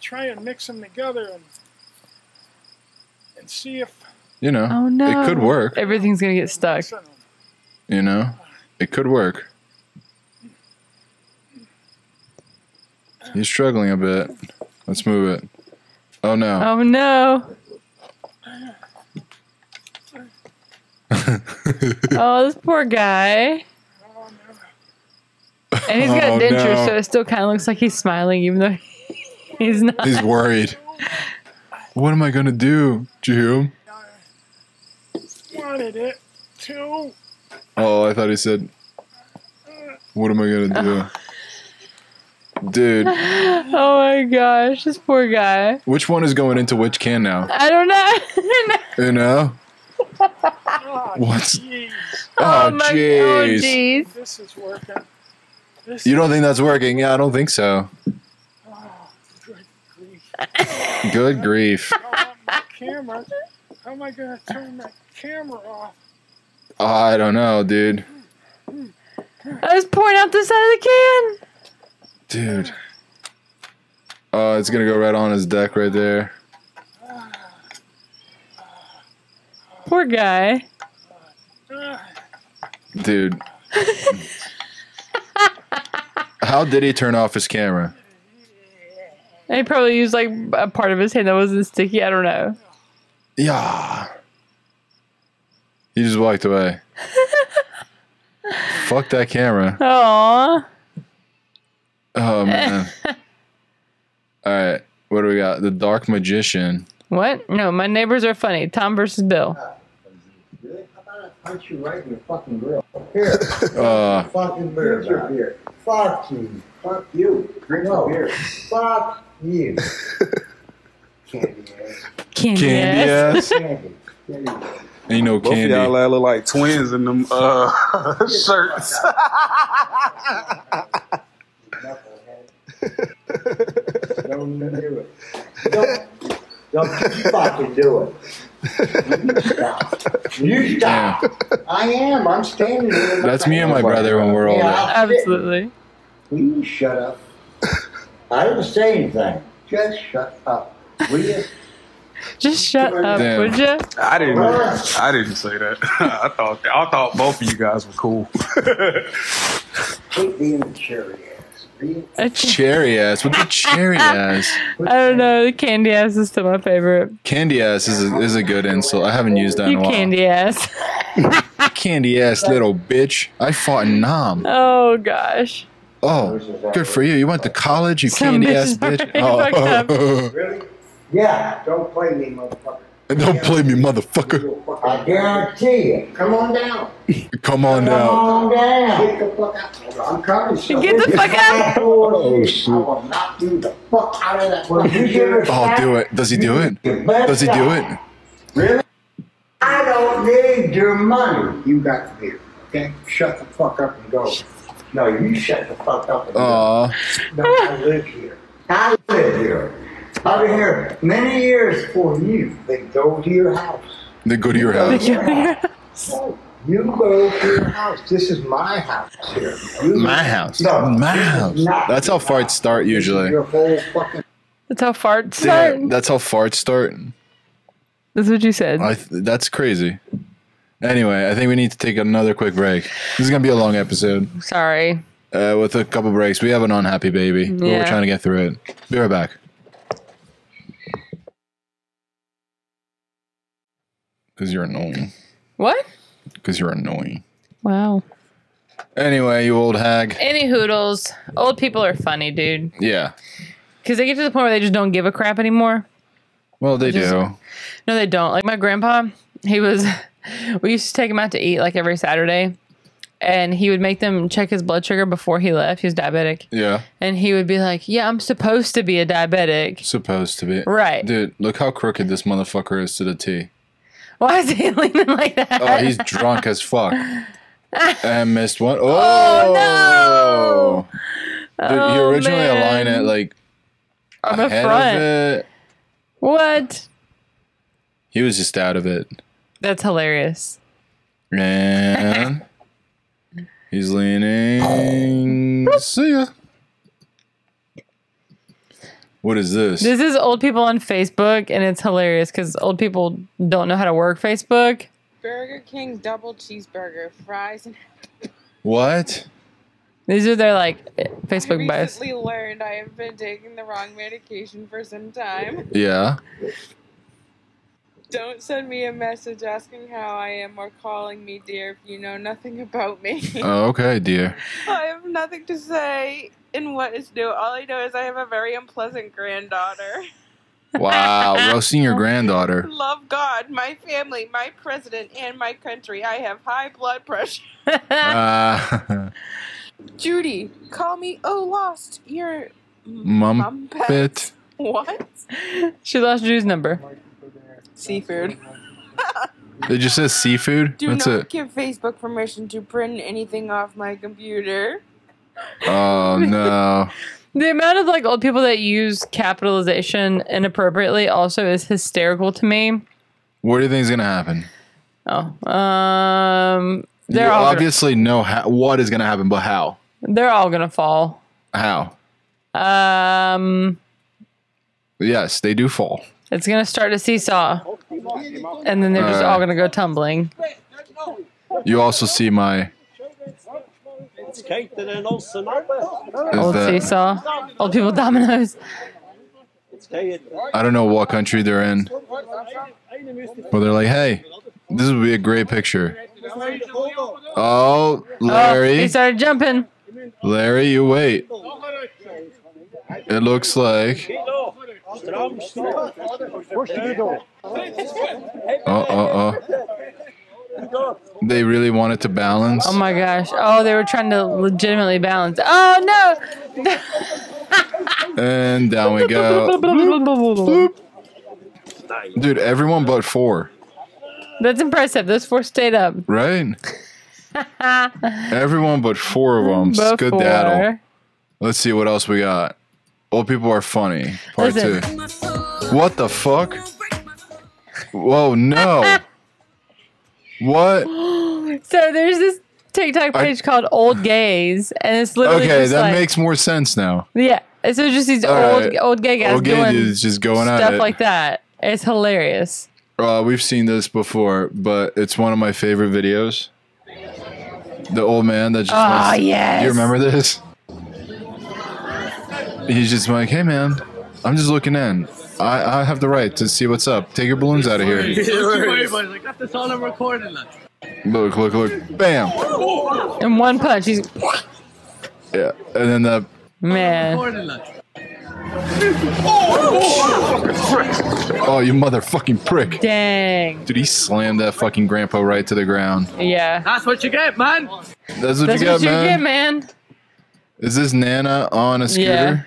Speaker 9: try and mix them together and and see if
Speaker 1: You know.
Speaker 2: Oh no.
Speaker 1: It could work.
Speaker 2: Everything's going to get stuck.
Speaker 9: listen,
Speaker 1: You know, it could work. He's struggling a bit. Let's move it. Oh no.
Speaker 2: Oh no. oh, this poor guy. And he's got
Speaker 1: Oh,
Speaker 2: dentures,
Speaker 1: no.
Speaker 2: so it still kind of looks like he's smiling, even though he's not.
Speaker 1: He's worried. What am I gonna do? Did you hear him?
Speaker 9: wanted it too.
Speaker 1: Oh, I thought he said, What am I gonna do? Dude,
Speaker 2: Oh my gosh, this poor guy.
Speaker 1: which one is going into which can now?
Speaker 2: I don't know.
Speaker 1: You know?
Speaker 9: God,
Speaker 1: What's-
Speaker 9: jeez,
Speaker 1: Oh,
Speaker 2: my-
Speaker 1: jeez.
Speaker 2: jeez.
Speaker 9: this is working. This
Speaker 1: you don't
Speaker 9: is-
Speaker 1: think that's working? Yeah, I don't think so.
Speaker 9: Oh, good grief.
Speaker 1: Good grief.
Speaker 9: Oh, my camera. How am I going to turn that camera off?
Speaker 1: I don't know, dude.
Speaker 2: I was pouring out the side of the can.
Speaker 1: Dude. Oh, it's gonna go right on his deck right there.
Speaker 2: Poor guy.
Speaker 9: Ah,
Speaker 1: Dude. How did he turn off his camera?
Speaker 2: He probably used like a part of his hand that wasn't sticky. I don't know.
Speaker 1: Yeah. He just walked away. Fuck that camera.
Speaker 2: Aww.
Speaker 1: Oh man. All right. What do we got? The Dark Magician.
Speaker 2: What? No, my neighbors are funny. Tom versus Bill.
Speaker 10: Really? How about I punch you right in the fucking grill? Here,
Speaker 1: Uh,
Speaker 10: fucking beer. your beer. Fuck you. Fuck you. Drink no. beer. Fuck you. Candy ass.
Speaker 2: Candy.
Speaker 1: candy
Speaker 2: ass.
Speaker 1: ass.
Speaker 10: Candy. Candy. ass.
Speaker 1: Ain't no
Speaker 4: Both
Speaker 1: candy.
Speaker 4: of y'all look like twins in them Um, uh, shirts.
Speaker 10: Knucklehead. Don't even do it. Don't. Don't you fucking do it. You stop. You stop. I am. I'm standing here.
Speaker 1: That's me and my brother when we're older.
Speaker 10: Yeah, I'll-
Speaker 2: Absolutely.
Speaker 10: Will you shut up? I didn't say anything. Just shut up. Will you?
Speaker 2: Just shut up,
Speaker 1: Damn.
Speaker 2: would you?
Speaker 4: I didn't. I didn't say that. I thought. I thought both of you guys were cool.
Speaker 10: Quit being a cherry ass. Be-
Speaker 1: Cherry ass. What's a cherry ass?
Speaker 2: I don't know. The candy ass is still my favorite.
Speaker 1: Candy ass is a, is a good insult. I haven't used that in
Speaker 2: You
Speaker 1: a while.
Speaker 2: candy ass.
Speaker 1: Candy ass little bitch. I fought in Nam.
Speaker 2: Oh gosh.
Speaker 1: Oh, good for you. You went to college, you
Speaker 2: Some
Speaker 1: candy ass
Speaker 2: bitches
Speaker 1: bitch.
Speaker 2: already
Speaker 1: Oh.
Speaker 10: Really? Yeah. Don't play me, motherfucker.
Speaker 1: Don't play me, motherfucker.
Speaker 10: I guarantee you. Come on down.
Speaker 1: Come on now.
Speaker 10: Come on down. Get the fuck out. I'm coming. son.
Speaker 2: Get the fuck out.
Speaker 10: Oh, shit. I will knock you the fuck out of that fucking chair.
Speaker 1: Oh, do it. Does he do it? Does he do it?
Speaker 10: Really? I don't need your money. You got the beer. Okay? Shut the fuck up and go. No, you shut the fuck up and go.
Speaker 1: Aw.
Speaker 10: No, I live here. I live here. I've been here many years before you. They go to your house.
Speaker 1: They go to your
Speaker 10: Go
Speaker 1: house.
Speaker 10: to your house. Oh, You go to your house. This is my house here. You-
Speaker 1: My house.
Speaker 10: No,
Speaker 1: My
Speaker 10: this is
Speaker 1: house.
Speaker 10: not
Speaker 1: That's how
Speaker 10: your
Speaker 1: farts
Speaker 10: house.
Speaker 1: start
Speaker 10: This is
Speaker 1: usually.
Speaker 10: Your whole fucking.
Speaker 2: That's how farts start.
Speaker 1: Damn, that's how farts start.
Speaker 2: That's what you said.
Speaker 1: I th- that's crazy. Anyway, I think we need to take another quick break. This is gonna be a long episode
Speaker 2: Sorry.
Speaker 1: uh, with a couple breaks. We have an unhappy baby, but we're
Speaker 2: Yeah.
Speaker 1: trying to get through it. Be right back. Because you're annoying.
Speaker 2: What?
Speaker 1: Because you're annoying.
Speaker 2: Wow.
Speaker 1: Anyway, you old hag.
Speaker 2: Any hoodles. Old people are funny, dude.
Speaker 1: Yeah.
Speaker 2: Because they get to the point where they just don't give a crap anymore.
Speaker 1: Well, they
Speaker 2: Just-
Speaker 1: do.
Speaker 2: No, they don't. Like my grandpa, he was. We used to take him out to eat like every Saturday, and he would make them check his blood sugar before he left. He was diabetic,
Speaker 1: Yeah.
Speaker 2: and he would be like, "Yeah, I'm supposed to be a diabetic."
Speaker 1: Supposed to be.
Speaker 2: Right.
Speaker 1: Dude, look how crooked this motherfucker is to the T.
Speaker 2: Why is he leaning like that?
Speaker 1: Oh, he's drunk as fuck. And missed one. Oh,
Speaker 2: no!
Speaker 1: no! Dude, you
Speaker 2: Oh,
Speaker 1: originally
Speaker 2: man.
Speaker 1: aligned it like
Speaker 2: on the
Speaker 1: ahead of
Speaker 2: front.
Speaker 1: it.
Speaker 2: What?
Speaker 1: He was just out of it,
Speaker 2: That's hilarious.
Speaker 1: and he's leaning. See ya. What is this?
Speaker 2: This is old people on Facebook, and it's hilarious because old people don't know how to work Facebook.
Speaker 6: Burger King double cheeseburger, fries, and
Speaker 1: what?
Speaker 2: These are their like Facebook
Speaker 6: I
Speaker 2: bios.
Speaker 6: recently learned I have been taking the wrong medication for some time.
Speaker 1: Yeah.
Speaker 6: Don't send me a message asking how I am or calling me dear if you know nothing about me.
Speaker 1: Oh, okay, dear.
Speaker 6: I have nothing to say in what is new. All I know is I have a very unpleasant granddaughter.
Speaker 1: Wow, roasting your granddaughter.
Speaker 6: Love God, my family, my president, and my country. I have high blood pressure.
Speaker 1: Uh,
Speaker 6: Judy, call me. Oh, lost your
Speaker 1: Mum
Speaker 6: mumpet.
Speaker 1: bit.
Speaker 6: What?
Speaker 2: She lost Drew's number.
Speaker 6: Seafood.
Speaker 1: It just says seafood.
Speaker 6: Do
Speaker 1: That's
Speaker 6: not
Speaker 1: it.
Speaker 6: give Facebook permission to print anything off my computer.
Speaker 1: Oh no.
Speaker 2: The amount of like old people that use capitalization inappropriately also is hysterical to me.
Speaker 1: What do you think is gonna happen?
Speaker 2: Oh, um, they're
Speaker 1: you
Speaker 2: all
Speaker 1: obviously know how, what is gonna happen, but how?
Speaker 2: gonna, they're all gonna fall.
Speaker 1: How?
Speaker 2: Um,
Speaker 1: Yes, they do fall.
Speaker 2: it's gonna start a seesaw, and then they're just all gonna go tumbling.
Speaker 1: You also see my
Speaker 11: It's cake that an old
Speaker 2: old
Speaker 1: that-
Speaker 2: seesaw, old people dominoes.
Speaker 1: I don't know what country they're in, but they're like, hey, this would be a great picture. Oh,
Speaker 2: Oh,
Speaker 1: Larry,
Speaker 2: he started jumping.
Speaker 1: Larry, you wait. It looks like. Oh, oh, oh. They really want it to balance.
Speaker 2: Oh my gosh! Oh, they were trying to legitimately balance. Oh no!
Speaker 1: And down we go. Dude, everyone but four,
Speaker 2: That's impressive. Those four stayed up.
Speaker 1: right? Everyone but four of them. Good daddle.
Speaker 2: Before.
Speaker 1: Let's see what else we got. Old people are funny. Part
Speaker 2: Listen.
Speaker 1: two. What the fuck? Whoa, no. what?
Speaker 2: so there's this TikTok
Speaker 1: I-
Speaker 2: page called Old Gays, and it's literally
Speaker 1: Okay,
Speaker 2: just
Speaker 1: that
Speaker 2: like,
Speaker 1: makes more sense now.
Speaker 2: yeah. and So it's just these
Speaker 1: All
Speaker 2: old
Speaker 1: right.
Speaker 2: old gay guys
Speaker 1: Old gay
Speaker 2: doing
Speaker 1: dudes just going at
Speaker 2: stuff
Speaker 1: it.
Speaker 2: like that. It's hilarious.
Speaker 1: Uh, we've seen this before, but it's one of my favorite videos. The old man that just.
Speaker 2: Oh,
Speaker 1: wants to-
Speaker 2: yes.
Speaker 1: You remember this? He's just like, hey, man, I'm just looking in. I, I have the right to see what's up. Take your balloons out of here.
Speaker 11: I got this all on recording.
Speaker 1: look, look, look. Bam.
Speaker 2: In one punch, he's
Speaker 1: Yeah. And then the.
Speaker 2: man.
Speaker 1: Oh, you motherfucking prick.
Speaker 2: Dang.
Speaker 1: Dude, he slammed that fucking grandpa right to the ground.
Speaker 2: Yeah. That's what you get, man.
Speaker 1: That's what you got, man. Is this Nana on a scooter?
Speaker 2: Yeah.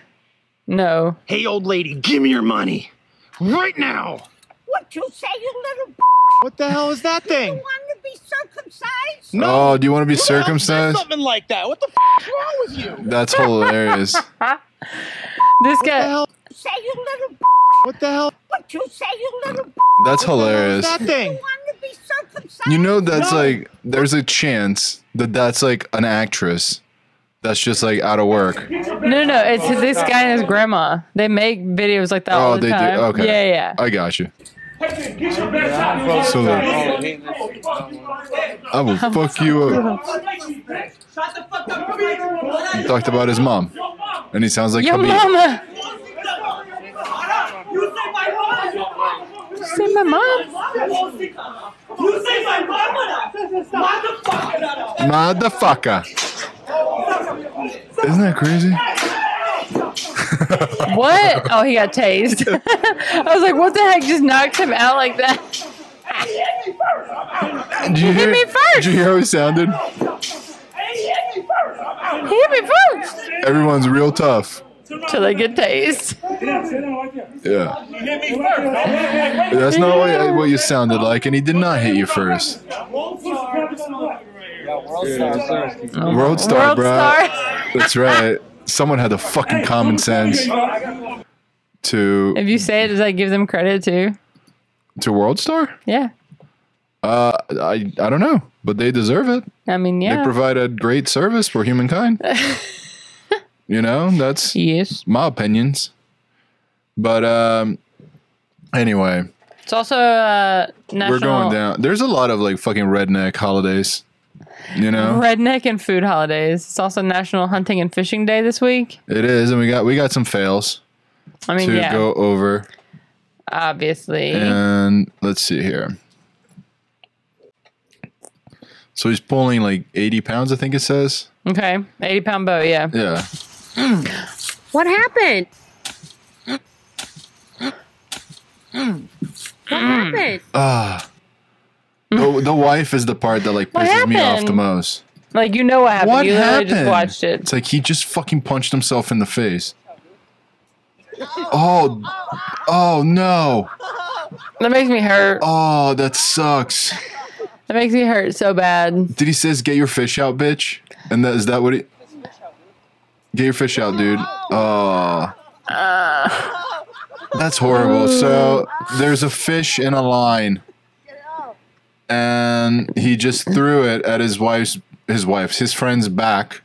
Speaker 2: No.
Speaker 11: Hey, old lady, give me your money right now.
Speaker 7: What you say, you little b-
Speaker 11: What the hell is that
Speaker 7: You
Speaker 11: thing?
Speaker 7: want to be circumcised?
Speaker 1: Oh, do you want to be circumcised?
Speaker 11: Something like that. What the f- is wrong with you?
Speaker 1: That's hilarious.
Speaker 2: This guy.
Speaker 7: Say you little b-
Speaker 11: What the hell?
Speaker 7: What you say, you little b-
Speaker 1: That's hilarious.
Speaker 11: That thing.
Speaker 7: Want to be circumcised?
Speaker 1: You know, that's
Speaker 7: No.
Speaker 1: like, there's a chance that that's like an actress that's just like out of work.
Speaker 2: No, no, it's this guy and his grandma. They make videos like that all
Speaker 1: Oh,
Speaker 2: the
Speaker 1: they do.
Speaker 2: time.
Speaker 1: Okay. Uh,
Speaker 2: Yeah, yeah.
Speaker 1: I got you.
Speaker 7: So
Speaker 1: I will fuck you up. He talked about his mom. And he sounds like
Speaker 2: Your
Speaker 1: Khabib.
Speaker 2: mama.
Speaker 7: You
Speaker 2: say my mom.
Speaker 7: You say my mom. Motherfucker.
Speaker 1: Motherfucker. Isn't that crazy?
Speaker 2: What? Oh, he got tased. I was like, what the heck just knocked him out like that?
Speaker 1: Did you hear,
Speaker 2: me first.
Speaker 1: Did you hear how he sounded?
Speaker 2: He hit me first.
Speaker 1: Everyone's real tough.
Speaker 2: Till they get tased.
Speaker 1: Yeah. That's not what, what you sounded like, and he did not hit you first. World star, bro.
Speaker 2: World star.
Speaker 1: That's right. Someone had the fucking common sense to
Speaker 2: If you say it, does that give them credit too?
Speaker 1: to World Star.
Speaker 2: Yeah.
Speaker 1: Uh, I I don't know, but they deserve it.
Speaker 2: I mean,
Speaker 1: They
Speaker 2: yeah.
Speaker 1: provided great service for humankind. you know, that's
Speaker 2: yes.
Speaker 1: my opinions. But um, anyway,
Speaker 2: It's also uh, national
Speaker 1: we're going down. There's a lot of like fucking redneck holidays. You know,
Speaker 2: redneck and food holidays. It's also National Hunting and Fishing Day this week.
Speaker 1: it is, and we got we got some fails
Speaker 2: I mean,
Speaker 1: to
Speaker 2: yeah,
Speaker 1: go over.
Speaker 2: obviously.
Speaker 1: And let's see here. So he's pulling like 80 pounds, I think it says.
Speaker 2: Okay, eighty pound bow. Yeah.
Speaker 1: Yeah.
Speaker 12: What happened? What happened?
Speaker 1: Ah. the, the wife is the part that like
Speaker 2: What
Speaker 1: pisses me off
Speaker 2: happened?
Speaker 1: the most.
Speaker 2: Like you know what happened.
Speaker 1: What
Speaker 2: you literally
Speaker 1: happened?
Speaker 2: just watched it.
Speaker 1: It's like he just fucking punched himself in the face. Oh, oh no.
Speaker 2: That makes me hurt.
Speaker 1: Oh, that sucks.
Speaker 2: That makes me hurt so bad.
Speaker 1: Did he says get your fish out, bitch? And that is that what he? Get your fish out, dude. Oh, that's horrible. So there's a fish in a line, and he just threw it at his wife's, his wife's, his friend's back,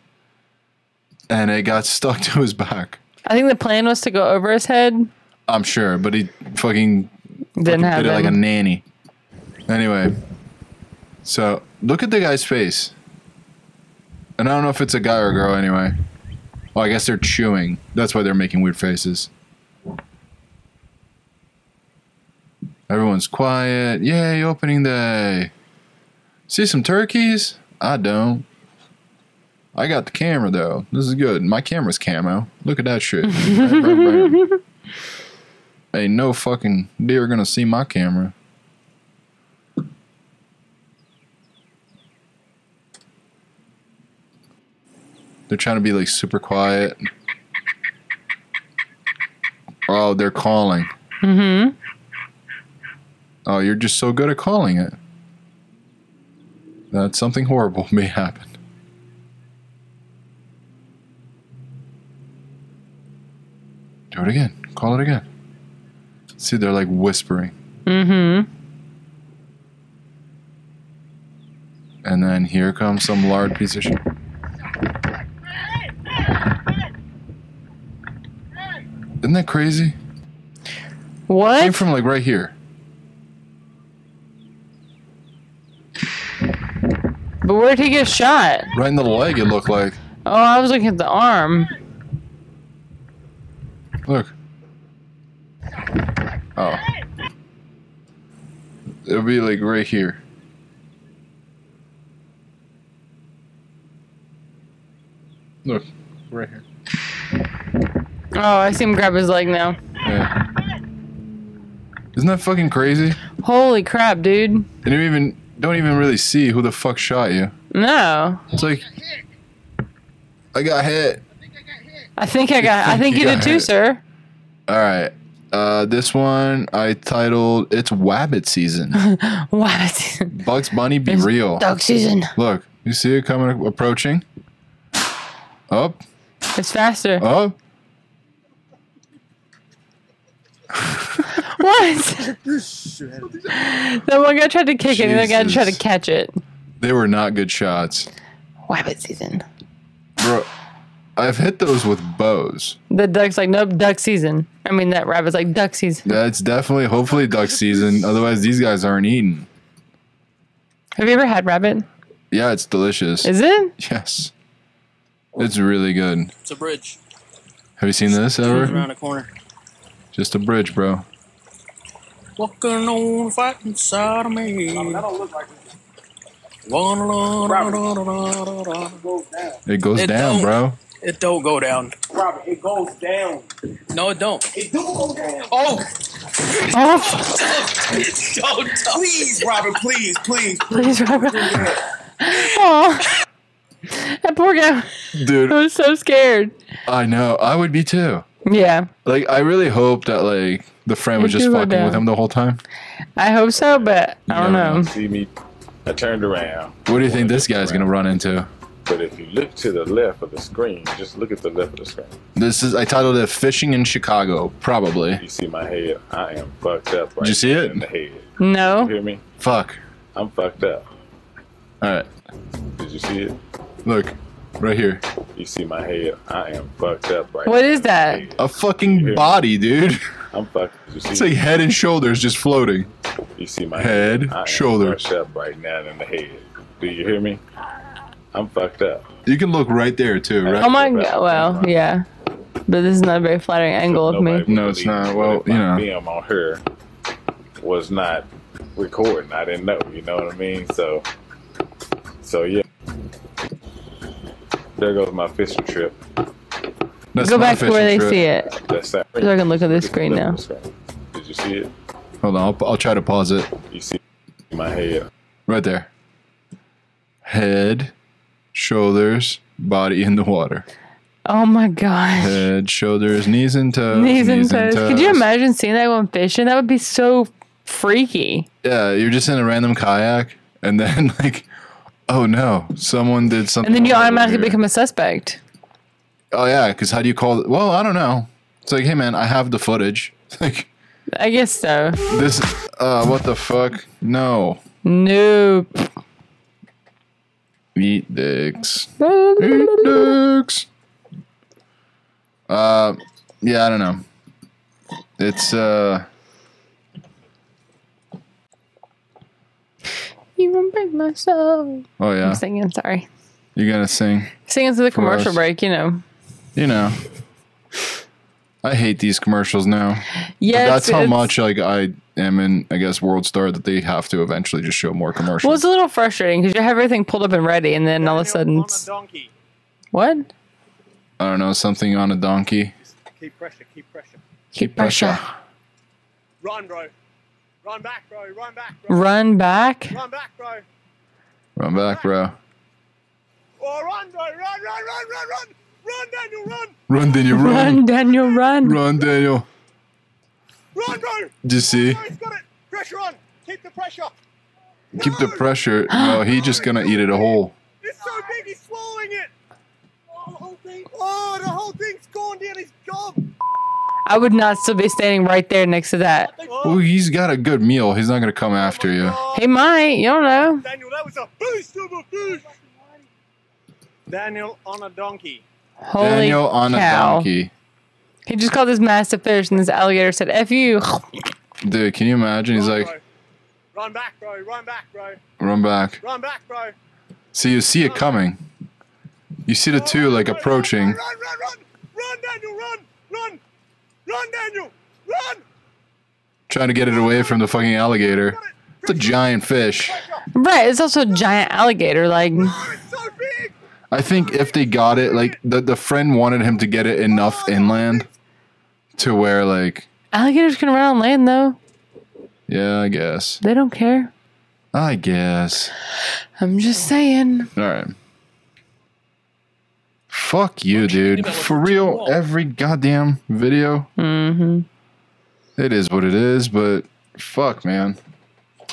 Speaker 1: and it got stuck to his back.
Speaker 2: I think the plan was to go over his head.
Speaker 1: I'm sure, but he fucking
Speaker 2: Didn't
Speaker 1: fucking did it like a
Speaker 2: happen.
Speaker 1: nanny. Anyway, so look at the guy's face, and I don't know if it's a guy or a girl. Anyway, well, I guess they're chewing. That's why they're making weird faces. Everyone's quiet. Yay, opening day. See some turkeys? I don't. I got the camera though. This is good. My camera's camo. Look at that shit. Bam, bam, bam. Ain't no fucking deer gonna see my camera. They're trying to be like super quiet. Oh, they're calling.
Speaker 2: Mm-hmm.
Speaker 1: Oh, you're just so good at calling it. That something horrible may happen. Do it again. Call it again. See, they're like whispering.
Speaker 2: Mm-hmm.
Speaker 1: And then here comes some lard piece of shit. Isn't that crazy?
Speaker 2: What?
Speaker 1: Came from like right here.
Speaker 2: But where'd he get shot?
Speaker 1: Right in the leg, it looked like.
Speaker 2: Oh, I was looking at the arm.
Speaker 1: Look. Oh. It'll be like right here. Look, right here.
Speaker 2: Oh, I see him grab his leg now.
Speaker 1: Yeah. Isn't that fucking crazy?
Speaker 2: Holy crap, dude.
Speaker 1: They don't even don't even really see who the fuck shot you.
Speaker 2: No.
Speaker 1: It's like I got hit.
Speaker 2: I think I got I think you did
Speaker 1: got
Speaker 2: too,
Speaker 1: hit.
Speaker 2: sir.
Speaker 1: All right. Uh, this one I titled "It's Wabbit Season."
Speaker 2: What?
Speaker 1: Bugs Bunny, be real.
Speaker 2: dog season.
Speaker 1: Look, you see it coming approaching. Up,
Speaker 2: It's faster.
Speaker 1: up.
Speaker 2: What? That one guy tried to kick it, and the other guy
Speaker 1: Jesus.
Speaker 2: tried to catch it.
Speaker 1: They were not good shots,
Speaker 2: Wabbit season.
Speaker 1: bro. I've hit those with bows.
Speaker 2: The duck's like, nope, duck season. I mean, that rabbit's like, duck season.
Speaker 1: That's definitely hopefully duck season. Otherwise, these guys aren't eating.
Speaker 2: Have you ever had rabbit?
Speaker 1: Yeah, it's delicious.
Speaker 2: Is it?
Speaker 1: Yes, it's really good.
Speaker 13: It's a bridge.
Speaker 1: Have you seen this
Speaker 13: Turns around
Speaker 1: ever?
Speaker 13: a corner.
Speaker 1: Just a bridge, bro.
Speaker 13: Walking on the fighting side of me. that don't look like
Speaker 1: It goes
Speaker 13: It
Speaker 1: down,
Speaker 13: don't.
Speaker 1: bro.
Speaker 13: It don't go down.
Speaker 3: Robert, it goes down.
Speaker 13: No, it don't.
Speaker 3: It do go down.
Speaker 13: Oh,
Speaker 2: Oh,
Speaker 13: don't,
Speaker 3: please, Robert, please, please.
Speaker 2: please, rabbit. Oh, that poor guy.
Speaker 1: Dude.
Speaker 2: I was so scared.
Speaker 1: I know. I would be too.
Speaker 2: Yeah,
Speaker 1: Like, I really hope that like the friend was
Speaker 2: It
Speaker 1: just
Speaker 2: do go
Speaker 1: fucking with
Speaker 2: down.
Speaker 1: him the whole time.
Speaker 2: I hope so, but I don't know.
Speaker 14: See me. I turned around,
Speaker 1: What do you think this guy's gonna run into?
Speaker 14: but if you look to the left of the screen, just look at the left of the screen.
Speaker 1: This is I titled it "Fishing in Chicago." Probably.
Speaker 14: You see my head? I am fucked up right
Speaker 1: Did you see
Speaker 14: now
Speaker 1: it?
Speaker 14: in the head.
Speaker 2: No.
Speaker 14: You hear me?
Speaker 1: Fuck.
Speaker 14: I'm fucked up.
Speaker 1: All right.
Speaker 14: Did you see it?
Speaker 1: Look, right here.
Speaker 14: You see my head? I am fucked up right
Speaker 2: What
Speaker 14: now.
Speaker 2: is that?
Speaker 1: A fucking body, dude.
Speaker 14: I'm fucked. You see?
Speaker 1: It's like head and shoulders just floating.
Speaker 14: you see my
Speaker 1: head,
Speaker 14: I am
Speaker 1: shoulders.
Speaker 14: fucked up right now in the head. Do you hear me? I'm fucked up.
Speaker 1: You can look right there too, right?
Speaker 2: Oh my god. Well, yeah. But this is not a very flattering angle of me.
Speaker 14: Nobody would
Speaker 1: No, it's
Speaker 14: believe
Speaker 1: not.
Speaker 14: it,
Speaker 1: Well,
Speaker 14: but if
Speaker 1: you
Speaker 14: my
Speaker 1: know.
Speaker 14: film on her was not recording. I didn't know. You know what I mean? So, so yeah. There goes my fishing trip.
Speaker 1: That's not
Speaker 2: Go
Speaker 1: a
Speaker 2: back to where they
Speaker 1: fishing trip.
Speaker 2: see it.
Speaker 14: That's that.
Speaker 2: So I can look at this screen now.
Speaker 14: Did you see it?
Speaker 1: Hold on, I'll, I'll try to pause it.
Speaker 14: You see my head?
Speaker 1: Right there. Head, shoulders, body in the water.
Speaker 2: Oh my gosh.
Speaker 1: Head, shoulders, knees and toes.
Speaker 2: knees and toes. Could you imagine seeing that one fishing? That would be so freaky.
Speaker 1: Yeah, you're just in a random kayak, and then like, oh no, someone did something.
Speaker 2: And then you
Speaker 1: wrong over
Speaker 2: automatically
Speaker 1: here.
Speaker 2: become a suspect.
Speaker 1: Oh yeah, because how do you call? It? Well, I don't know. It's like, hey man, I have the footage. Like
Speaker 2: I guess so.
Speaker 1: this, uh, what the fuck? No,
Speaker 2: Nope.
Speaker 1: eat dicks. Eat dicks. Uh, yeah, I don't know. It's uh,
Speaker 2: You will break my soul.
Speaker 1: oh yeah,
Speaker 2: I'm singing, sorry.
Speaker 1: you're gonna sing.
Speaker 2: Singing to the
Speaker 1: For
Speaker 2: commercial
Speaker 1: us.
Speaker 2: break, you know.
Speaker 1: You know, I hate these commercials now.
Speaker 2: Yes,
Speaker 1: that's how
Speaker 2: it's-
Speaker 1: much like I am in. I guess World Star that they have to eventually just show more commercials.
Speaker 2: Well, it's a little frustrating because you have everything pulled up and ready, and then all of a sudden, it's- what?
Speaker 1: I don't know something on a donkey.
Speaker 13: Keep pressure, keep pressure.
Speaker 1: Keep pressure.
Speaker 13: Run, bro. Run back, bro. Run back.
Speaker 2: Run back.
Speaker 13: Run back, bro.
Speaker 1: Run back, bro.
Speaker 13: Oh, run, bro. Run, run, run, run, run. Run, Daniel, run.
Speaker 1: Run, Daniel. Run.
Speaker 2: Run, Daniel. Run.
Speaker 1: Run, Daniel.
Speaker 13: Run, bro.
Speaker 1: Did you see?
Speaker 13: He's got it. Pressure on. Keep the pressure.
Speaker 1: Keep the pressure. No, he just gonna eat it a whole.
Speaker 13: It's so big, he's swallowing it. Oh, the whole thing. Oh, the whole thing's gone down his gob.
Speaker 2: I would not still be standing right there next to that.
Speaker 1: Oh, he's got a good meal. He's not gonna come after you.
Speaker 2: He might. You don't know.
Speaker 13: Daniel, that was a boost of a boost. Daniel on a donkey.
Speaker 2: Holy
Speaker 1: Daniel on
Speaker 2: cow.
Speaker 1: a donkey.
Speaker 2: He just called this massive fish, and this alligator said, "F you."
Speaker 1: Dude, can you imagine? He's like,
Speaker 13: Run back, bro. Run back, bro.
Speaker 1: run back.
Speaker 13: Run back, bro.
Speaker 1: So you see it coming. You see the two like approaching.
Speaker 13: Run, run, run. Run, Daniel, run. Run. Run, Daniel. Run.
Speaker 1: trying to get it away from the fucking alligator. It's a giant fish.
Speaker 2: Right. It's also a giant alligator. Like,
Speaker 13: Oh,
Speaker 1: I think if they got it, like the, the friend wanted him to get it enough inland to where like
Speaker 2: alligators can run on land though.
Speaker 1: yeah, I guess.
Speaker 2: They don't care.
Speaker 1: I guess.
Speaker 2: I'm just saying.
Speaker 1: All right. Fuck you, dude. For real, every goddamn video.
Speaker 2: Mm-hmm.
Speaker 1: It is what it is, but fuck, man.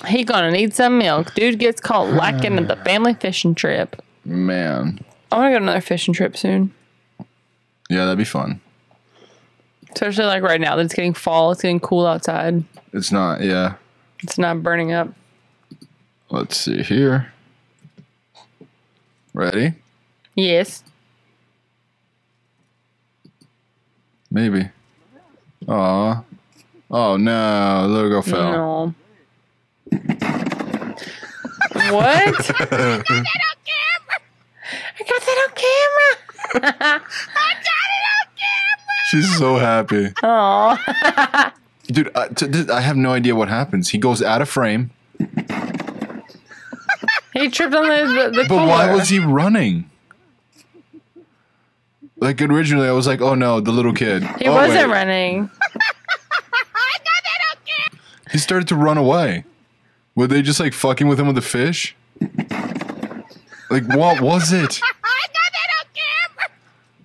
Speaker 2: He gonna need some milk. Dude gets caught lacking at the family fishing trip.
Speaker 1: Man.
Speaker 2: I want to go on another fishing trip soon.
Speaker 1: Yeah, that'd be fun.
Speaker 2: Especially like right now that it's getting fall, it's getting cool outside.
Speaker 1: It's not, yeah.
Speaker 2: It's not burning up.
Speaker 1: Let's see here. Ready?
Speaker 2: Yes.
Speaker 1: Maybe. Aw. Oh no, logo fell.
Speaker 2: No. what? I got that on camera.
Speaker 1: She's so happy.
Speaker 2: Oh.
Speaker 1: Dude, I, t- th- I have no idea what happens. He goes out of frame.
Speaker 2: he tripped on the the, the
Speaker 1: But why
Speaker 2: cooler.
Speaker 1: was he running? Like originally, I was like, "Oh no, the little kid."
Speaker 2: He
Speaker 1: Oh,
Speaker 2: wasn't
Speaker 1: wait.
Speaker 2: running.
Speaker 1: He started to run away. Were they just like fucking with him with the fish? Like what was it?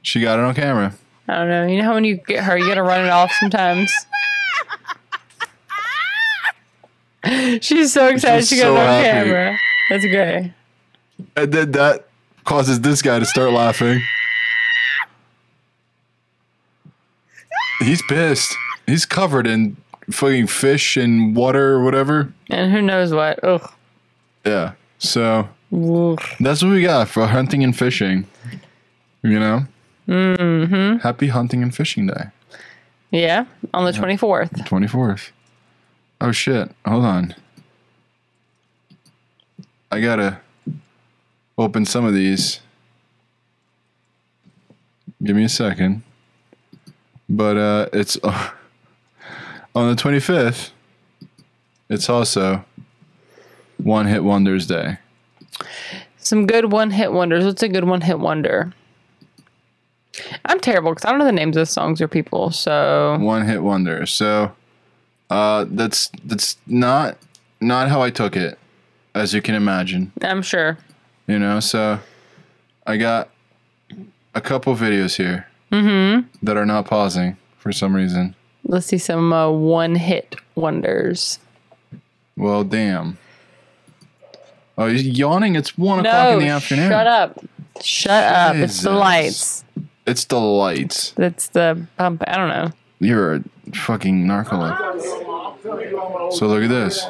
Speaker 1: She got it on camera.
Speaker 2: I don't know. You know how when you get her, you gotta run it off sometimes. She's so excited.
Speaker 1: She's
Speaker 2: she got
Speaker 1: so
Speaker 2: it on
Speaker 1: happy.
Speaker 2: camera. That's great.
Speaker 1: And then that causes this guy to start laughing. He's pissed. He's covered in fucking fish and water or whatever.
Speaker 2: And who knows what? Ugh.
Speaker 1: Yeah. So
Speaker 2: Ooh.
Speaker 1: that's what we got for hunting and fishing. You know?
Speaker 2: Mm-hmm.
Speaker 1: Happy hunting and fishing day.
Speaker 2: Yeah, on the twenty fourth.
Speaker 1: 24th. Oh shit. Hold on. I gotta open some of these. Give me a second. But uh it's on the 25th. It's also One Hit Wonders Day.
Speaker 2: Some good one hit wonders. What's a good one hit wonder? I'm terrible because I don't know the names of songs or people. So
Speaker 1: One Hit Wonder. So uh that's that's not not how I took it as you can imagine.
Speaker 2: I'm sure.
Speaker 1: you know so I got a couple videos here
Speaker 2: Mm-hmm.
Speaker 1: that are not pausing for some reason.
Speaker 2: Let's see some uh, one hit wonders.
Speaker 1: Well, damn. Oh, he's yawning. It's one o'clock
Speaker 2: No,
Speaker 1: in the afternoon.
Speaker 2: shut up. Shut up. It's the
Speaker 1: Jesus.
Speaker 2: lights.
Speaker 1: It's the lights.
Speaker 2: That's the pump. I don't know.
Speaker 1: You're a fucking narcoleptic. So look at this.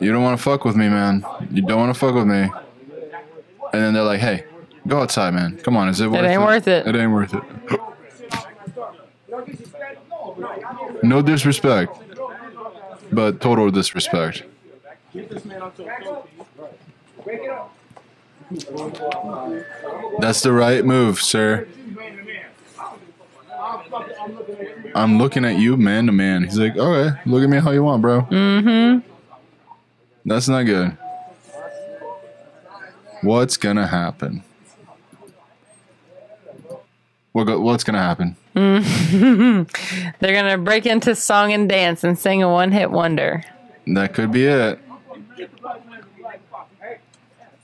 Speaker 1: You don't want to fuck with me, man. You don't want to fuck with me. And then they're like, hey, go outside, man. Come on, is it worth it?
Speaker 2: ain't worth it.
Speaker 1: It ain't worth it. No disrespect, but total disrespect. That's the right move, sir. I'm looking at you, man to man. He's like, okay, look at me how you want, bro.
Speaker 2: Mm-hmm.
Speaker 1: That's not good. What's gonna happen? What go, what's gonna happen?
Speaker 2: Mm. They're gonna break into song and dance and sing a one hit wonder.
Speaker 1: That could be it.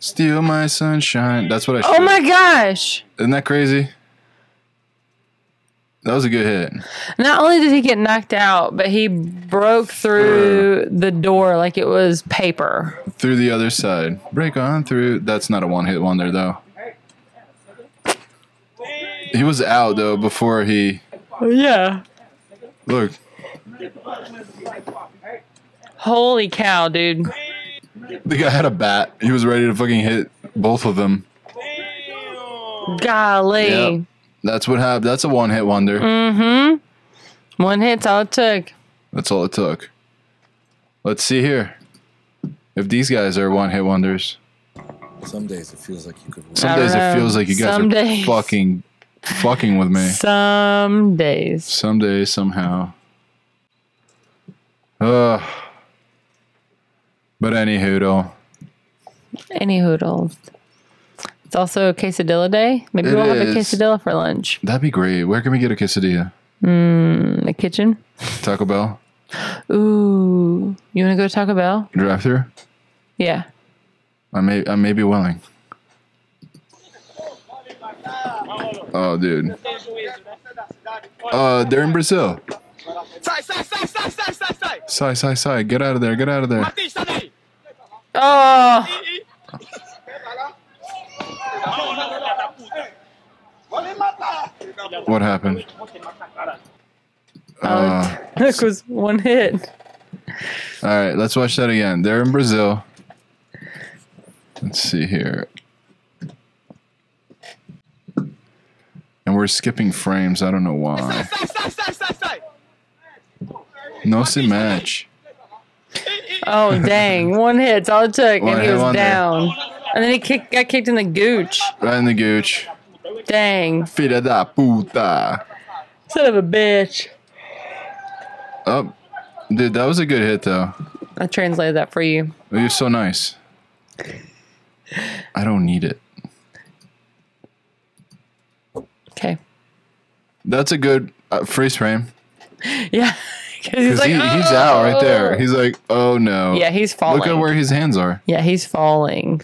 Speaker 1: Steal my sunshine. That's what I.
Speaker 2: Oh
Speaker 1: should-
Speaker 2: my gosh!
Speaker 1: Isn't that crazy? That was a good hit.
Speaker 2: Not only did he get knocked out, but he broke through the door like it was paper.
Speaker 1: Through the other side. Break on through. That's not a one hit wonder, though. He was out, though, before he.
Speaker 2: Yeah.
Speaker 1: Look,
Speaker 2: Holy cow, dude.
Speaker 1: the guy had a bat. He was ready to fucking hit both of them.
Speaker 2: Golly.
Speaker 1: Yep. That's what happened. That's a one hit wonder.
Speaker 2: Mm hmm. One hit's all it took.
Speaker 1: That's all it took. Let's see here. If these guys are one hit wonders,
Speaker 15: Some days it feels like you could.
Speaker 1: some
Speaker 2: I don't
Speaker 1: days it
Speaker 2: know.
Speaker 1: feels like you guys
Speaker 2: Some
Speaker 1: are
Speaker 2: days.
Speaker 1: fucking fucking with me.
Speaker 2: Some days.
Speaker 1: Some day, somehow. Uh, but any hoodle.
Speaker 2: Any hoodles. It's also a quesadilla day. Maybe
Speaker 1: It
Speaker 2: we'll have a
Speaker 1: is.
Speaker 2: quesadilla for lunch.
Speaker 1: That'd be great. Where can we get a quesadilla?
Speaker 2: Mm, the kitchen.
Speaker 1: Taco Bell?
Speaker 2: Ooh. You want to go to Taco Bell?
Speaker 1: Drive through?
Speaker 2: Yeah.
Speaker 1: I may I may be willing. Oh dude. Uh they're in Brazil. Sai, sai, sai, get out of there, get out of there.
Speaker 2: Oh.
Speaker 1: What happened? Uh,
Speaker 2: That was one hit.
Speaker 1: all right, let's watch that again. They're in Brazil. Let's see here. And we're skipping frames. I don't know why. No se match.
Speaker 2: Oh, dang. One hit's all it took,
Speaker 1: One
Speaker 2: and he
Speaker 1: hit
Speaker 2: was
Speaker 1: wonder.
Speaker 2: down. And then he kicked, got kicked in the gooch.
Speaker 1: Right in the gooch.
Speaker 2: Dang.
Speaker 1: Filha da puta.
Speaker 2: Son of a bitch.
Speaker 1: Oh, dude, that was a good hit, though.
Speaker 2: I translated that for you.
Speaker 1: You're so nice. I don't need it.
Speaker 2: Okay.
Speaker 1: That's a good uh, freeze frame.
Speaker 2: Yeah. 'Cause
Speaker 1: Because
Speaker 2: he's, like,
Speaker 1: he, he's out right
Speaker 2: "Oh."
Speaker 1: there. He's like, oh no.
Speaker 2: Yeah, he's
Speaker 1: Look at
Speaker 2: falling.
Speaker 1: where his hands are.
Speaker 2: yeah, he's falling.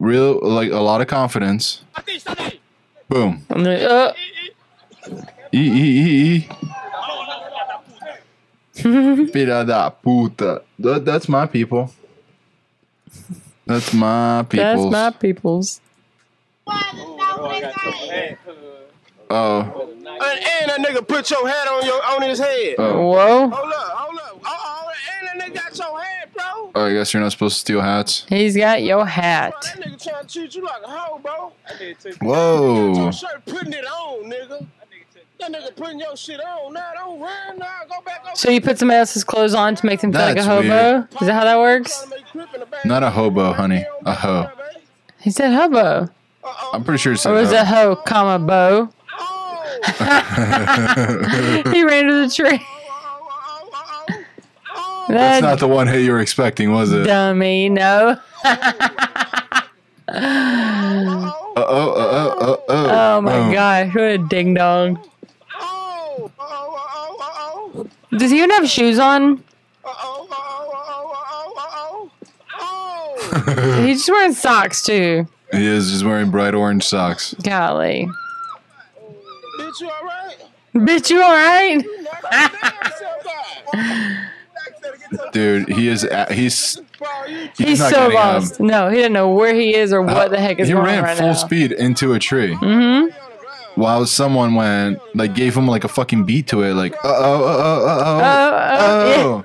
Speaker 1: Real, like a lot of confidence. Boom.
Speaker 2: I'm like, uh.
Speaker 1: E e e e. Filha da puta. That, that's my people. That's my
Speaker 2: That's
Speaker 1: people.
Speaker 2: my people's.
Speaker 1: oh,
Speaker 13: And, and that nigga put your head on your on his head.
Speaker 1: Oh.
Speaker 2: Whoa.
Speaker 13: Hold up, hold up. Oh, oh, and that nigga got your head, bro.
Speaker 1: oh, I guess you're not supposed to steal hats.
Speaker 2: He's got your hat.
Speaker 13: That nigga trying to treat you like a hoe, bro. That nigga took
Speaker 1: Whoa.
Speaker 13: your shirt, putting it on, nigga. That nigga putting your shit on. Now don't run. Now go back over.
Speaker 2: So you put somebody else's clothes on to make them feel like
Speaker 1: That's
Speaker 2: a hobo?
Speaker 1: weird.
Speaker 2: Is that how that works?
Speaker 1: Not a hobo, honey. A hoe.
Speaker 2: He said hobo.
Speaker 1: I'm pretty sure it's
Speaker 2: Or was
Speaker 1: a
Speaker 2: that
Speaker 1: hoe.
Speaker 2: hoe, comma, bo? he ran to the tree.
Speaker 1: That's
Speaker 2: That
Speaker 1: not the one hit you were expecting, was it? Uh
Speaker 2: dummy, no.
Speaker 1: oh, uh oh, uh oh.
Speaker 2: Oh my
Speaker 1: Boom.
Speaker 2: gosh, what a ding dong. Does he even have shoes on? He's just wearing socks too.
Speaker 1: He is just wearing bright orange socks.
Speaker 2: Golly. Bitch, you all right?
Speaker 1: Dude, he is a- he's
Speaker 2: He's,
Speaker 1: not
Speaker 2: so
Speaker 1: getting up.
Speaker 2: lost. No, he didn't know where he is or what the heck is
Speaker 1: he
Speaker 2: going
Speaker 1: ran
Speaker 2: on right
Speaker 1: full
Speaker 2: now.
Speaker 1: speed into a tree
Speaker 2: Mm-hmm.
Speaker 1: while someone went like gave him like a fucking beat to it like uh oh uh oh
Speaker 2: Oh,
Speaker 1: uh oh
Speaker 2: oh,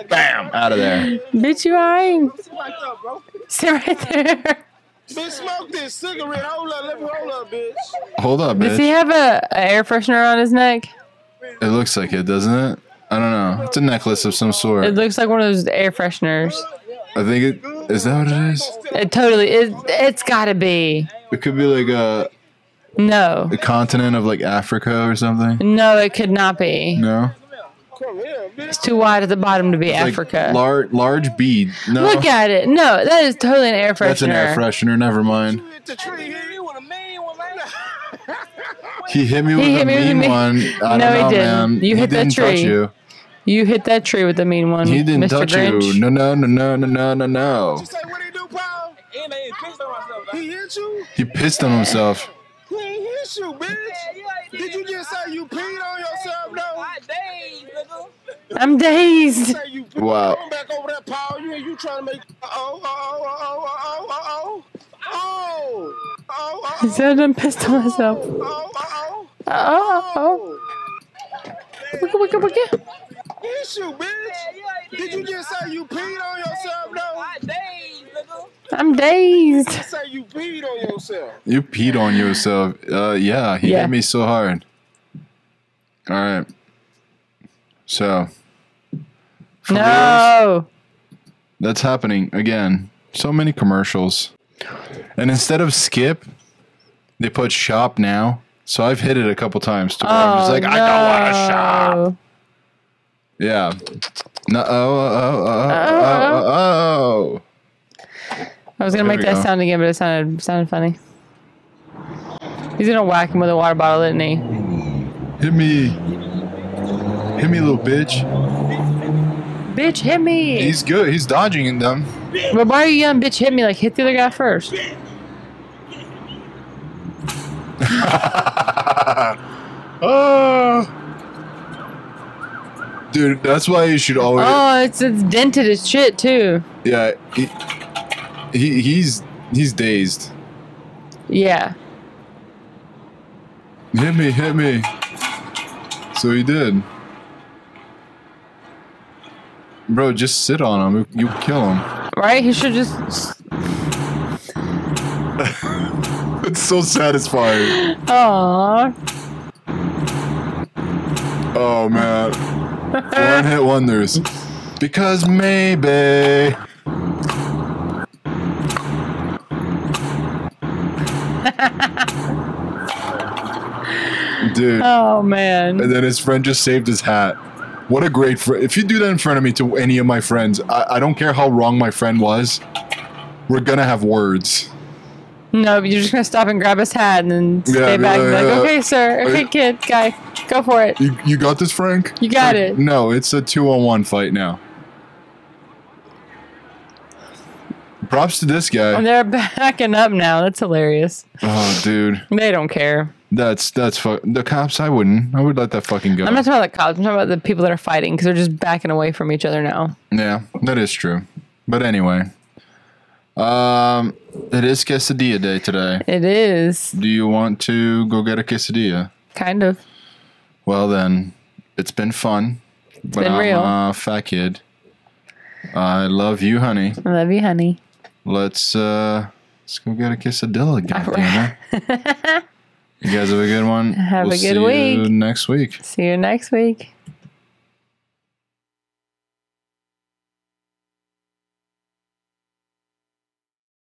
Speaker 1: oh bam out of there
Speaker 2: yeah. Bitch, you all right? Sit right there.
Speaker 13: Bitch, smoke this cigarette. Hold up, let me roll up, bitch.
Speaker 1: hold up
Speaker 2: Does he
Speaker 1: bitch
Speaker 2: have a, a air freshener on his neck?
Speaker 1: it looks like it doesn't it I don't know it's a necklace of some sort
Speaker 2: It looks like one of those air fresheners.
Speaker 1: I think it is that what it is
Speaker 2: It totally is. It's gotta be.
Speaker 1: it could be like a
Speaker 2: No,
Speaker 1: a continent of like Africa or something
Speaker 2: no, it could not be.
Speaker 1: no
Speaker 2: It's too wide at the bottom to be
Speaker 1: It's like
Speaker 2: Africa.
Speaker 1: lar- large bead no
Speaker 2: Look at it. No, that is totally an air freshener.
Speaker 1: that's an air freshener never mind he hit me
Speaker 2: He
Speaker 1: with
Speaker 2: hit
Speaker 1: a
Speaker 2: me with a
Speaker 1: mean
Speaker 2: mean-
Speaker 1: one I don't
Speaker 2: No, he
Speaker 1: know,
Speaker 2: didn't.
Speaker 1: man.
Speaker 2: You
Speaker 1: He
Speaker 2: hit that
Speaker 1: didn't touch
Speaker 2: tree.
Speaker 1: you.
Speaker 2: You hit that tree with the mean one.
Speaker 1: He didn't
Speaker 2: Mr.
Speaker 1: touch
Speaker 2: Grinch.
Speaker 1: you. No, no, no, no, no, no, no, no.
Speaker 13: He hit you?
Speaker 1: He pissed on himself.
Speaker 13: He ain't hit you, bitch. Did you just say you peed on yourself, though? I dazed, nigga.
Speaker 2: I'm dazed.
Speaker 1: Wow.
Speaker 13: Come back over that pile. You you trying to make oh oh oh oh oh oh oh oh
Speaker 2: He said I'm pissed on myself. Oh, oh, oh. Wicka, wicka, wicka.
Speaker 13: oh. Hit you, bitch. Did you just say you peed on yourself, though? I dazed, nigga.
Speaker 2: I'm dazed.
Speaker 13: You say you peed on yourself.
Speaker 1: You peed on yourself. Uh, yeah, he
Speaker 2: Yeah.
Speaker 1: hit me so hard. All right. So
Speaker 2: No.
Speaker 1: that's happening again. So many commercials. And instead of skip, they put shop now. So I've hit it a couple times to where I'm just
Speaker 2: Oh,
Speaker 1: like, I don't want to
Speaker 2: no.
Speaker 1: shop. Yeah. No, oh, oh, oh, oh, oh, oh,
Speaker 2: I was gonna
Speaker 1: There
Speaker 2: make
Speaker 1: we
Speaker 2: that
Speaker 1: go.
Speaker 2: sound again, but it sounded sounded funny. He's gonna whack him with a water bottle, isn't he?
Speaker 1: oh. Hit me. Hit me, little bitch.
Speaker 2: Bitch, hit me.
Speaker 1: He's good. He's dodging in them.
Speaker 2: But why are you yelling, bitch, hit me? Like, hit the other guy first.
Speaker 1: oh. Dude, that's why you should always.
Speaker 2: Oh, it's it's dented as shit too.
Speaker 1: Yeah. He, he, he's he's dazed.
Speaker 2: Yeah.
Speaker 1: Hit me, hit me. So he did. Bro, just sit on him. You kill him.
Speaker 2: Right? He should just.
Speaker 1: It's so satisfying.
Speaker 2: Aww.
Speaker 1: Oh man. One hit wonders. Because maybe. Dude.
Speaker 2: Oh man.
Speaker 1: And then his friend just saved his hat. What a great friend. If you do that in front of me to any of my friends, I, I don't care how wrong my friend was, we're gonna have words.
Speaker 2: No, but you're just gonna stop and grab his hat and then
Speaker 1: Yeah,
Speaker 2: stay
Speaker 1: be
Speaker 2: back. and be
Speaker 1: like,
Speaker 2: like,
Speaker 1: uh,
Speaker 2: okay, sir. Okay,
Speaker 1: uh,
Speaker 2: kid, guy, go for it.
Speaker 1: You, you got this, Frank?
Speaker 2: You got it.
Speaker 1: No, it's a two on one fight now. Props to this
Speaker 2: And
Speaker 1: guy.
Speaker 2: they're backing up now. That's hilarious.
Speaker 1: Oh, dude,
Speaker 2: They don't care.
Speaker 1: that's that's fu- the cops. I wouldn't. I would let that fucking go.
Speaker 2: I'm not talking about the cops. I'm talking about the people that are fighting because they're just backing away from each other now.
Speaker 1: yeah, that is true. But anyway, um, it is quesadilla day today.
Speaker 2: It is
Speaker 1: Do you want to go get a quesadilla?
Speaker 2: kind of.
Speaker 1: Well, then, it's been fun. It's
Speaker 2: been real.
Speaker 1: I'm a fat kid. I love you, honey.
Speaker 2: I love you, honey.
Speaker 1: Let's uh, let's go get a quesadilla, goddammit. you guys have a good one.
Speaker 2: Have a good
Speaker 1: see you
Speaker 2: week.
Speaker 1: next week.
Speaker 2: See you next week.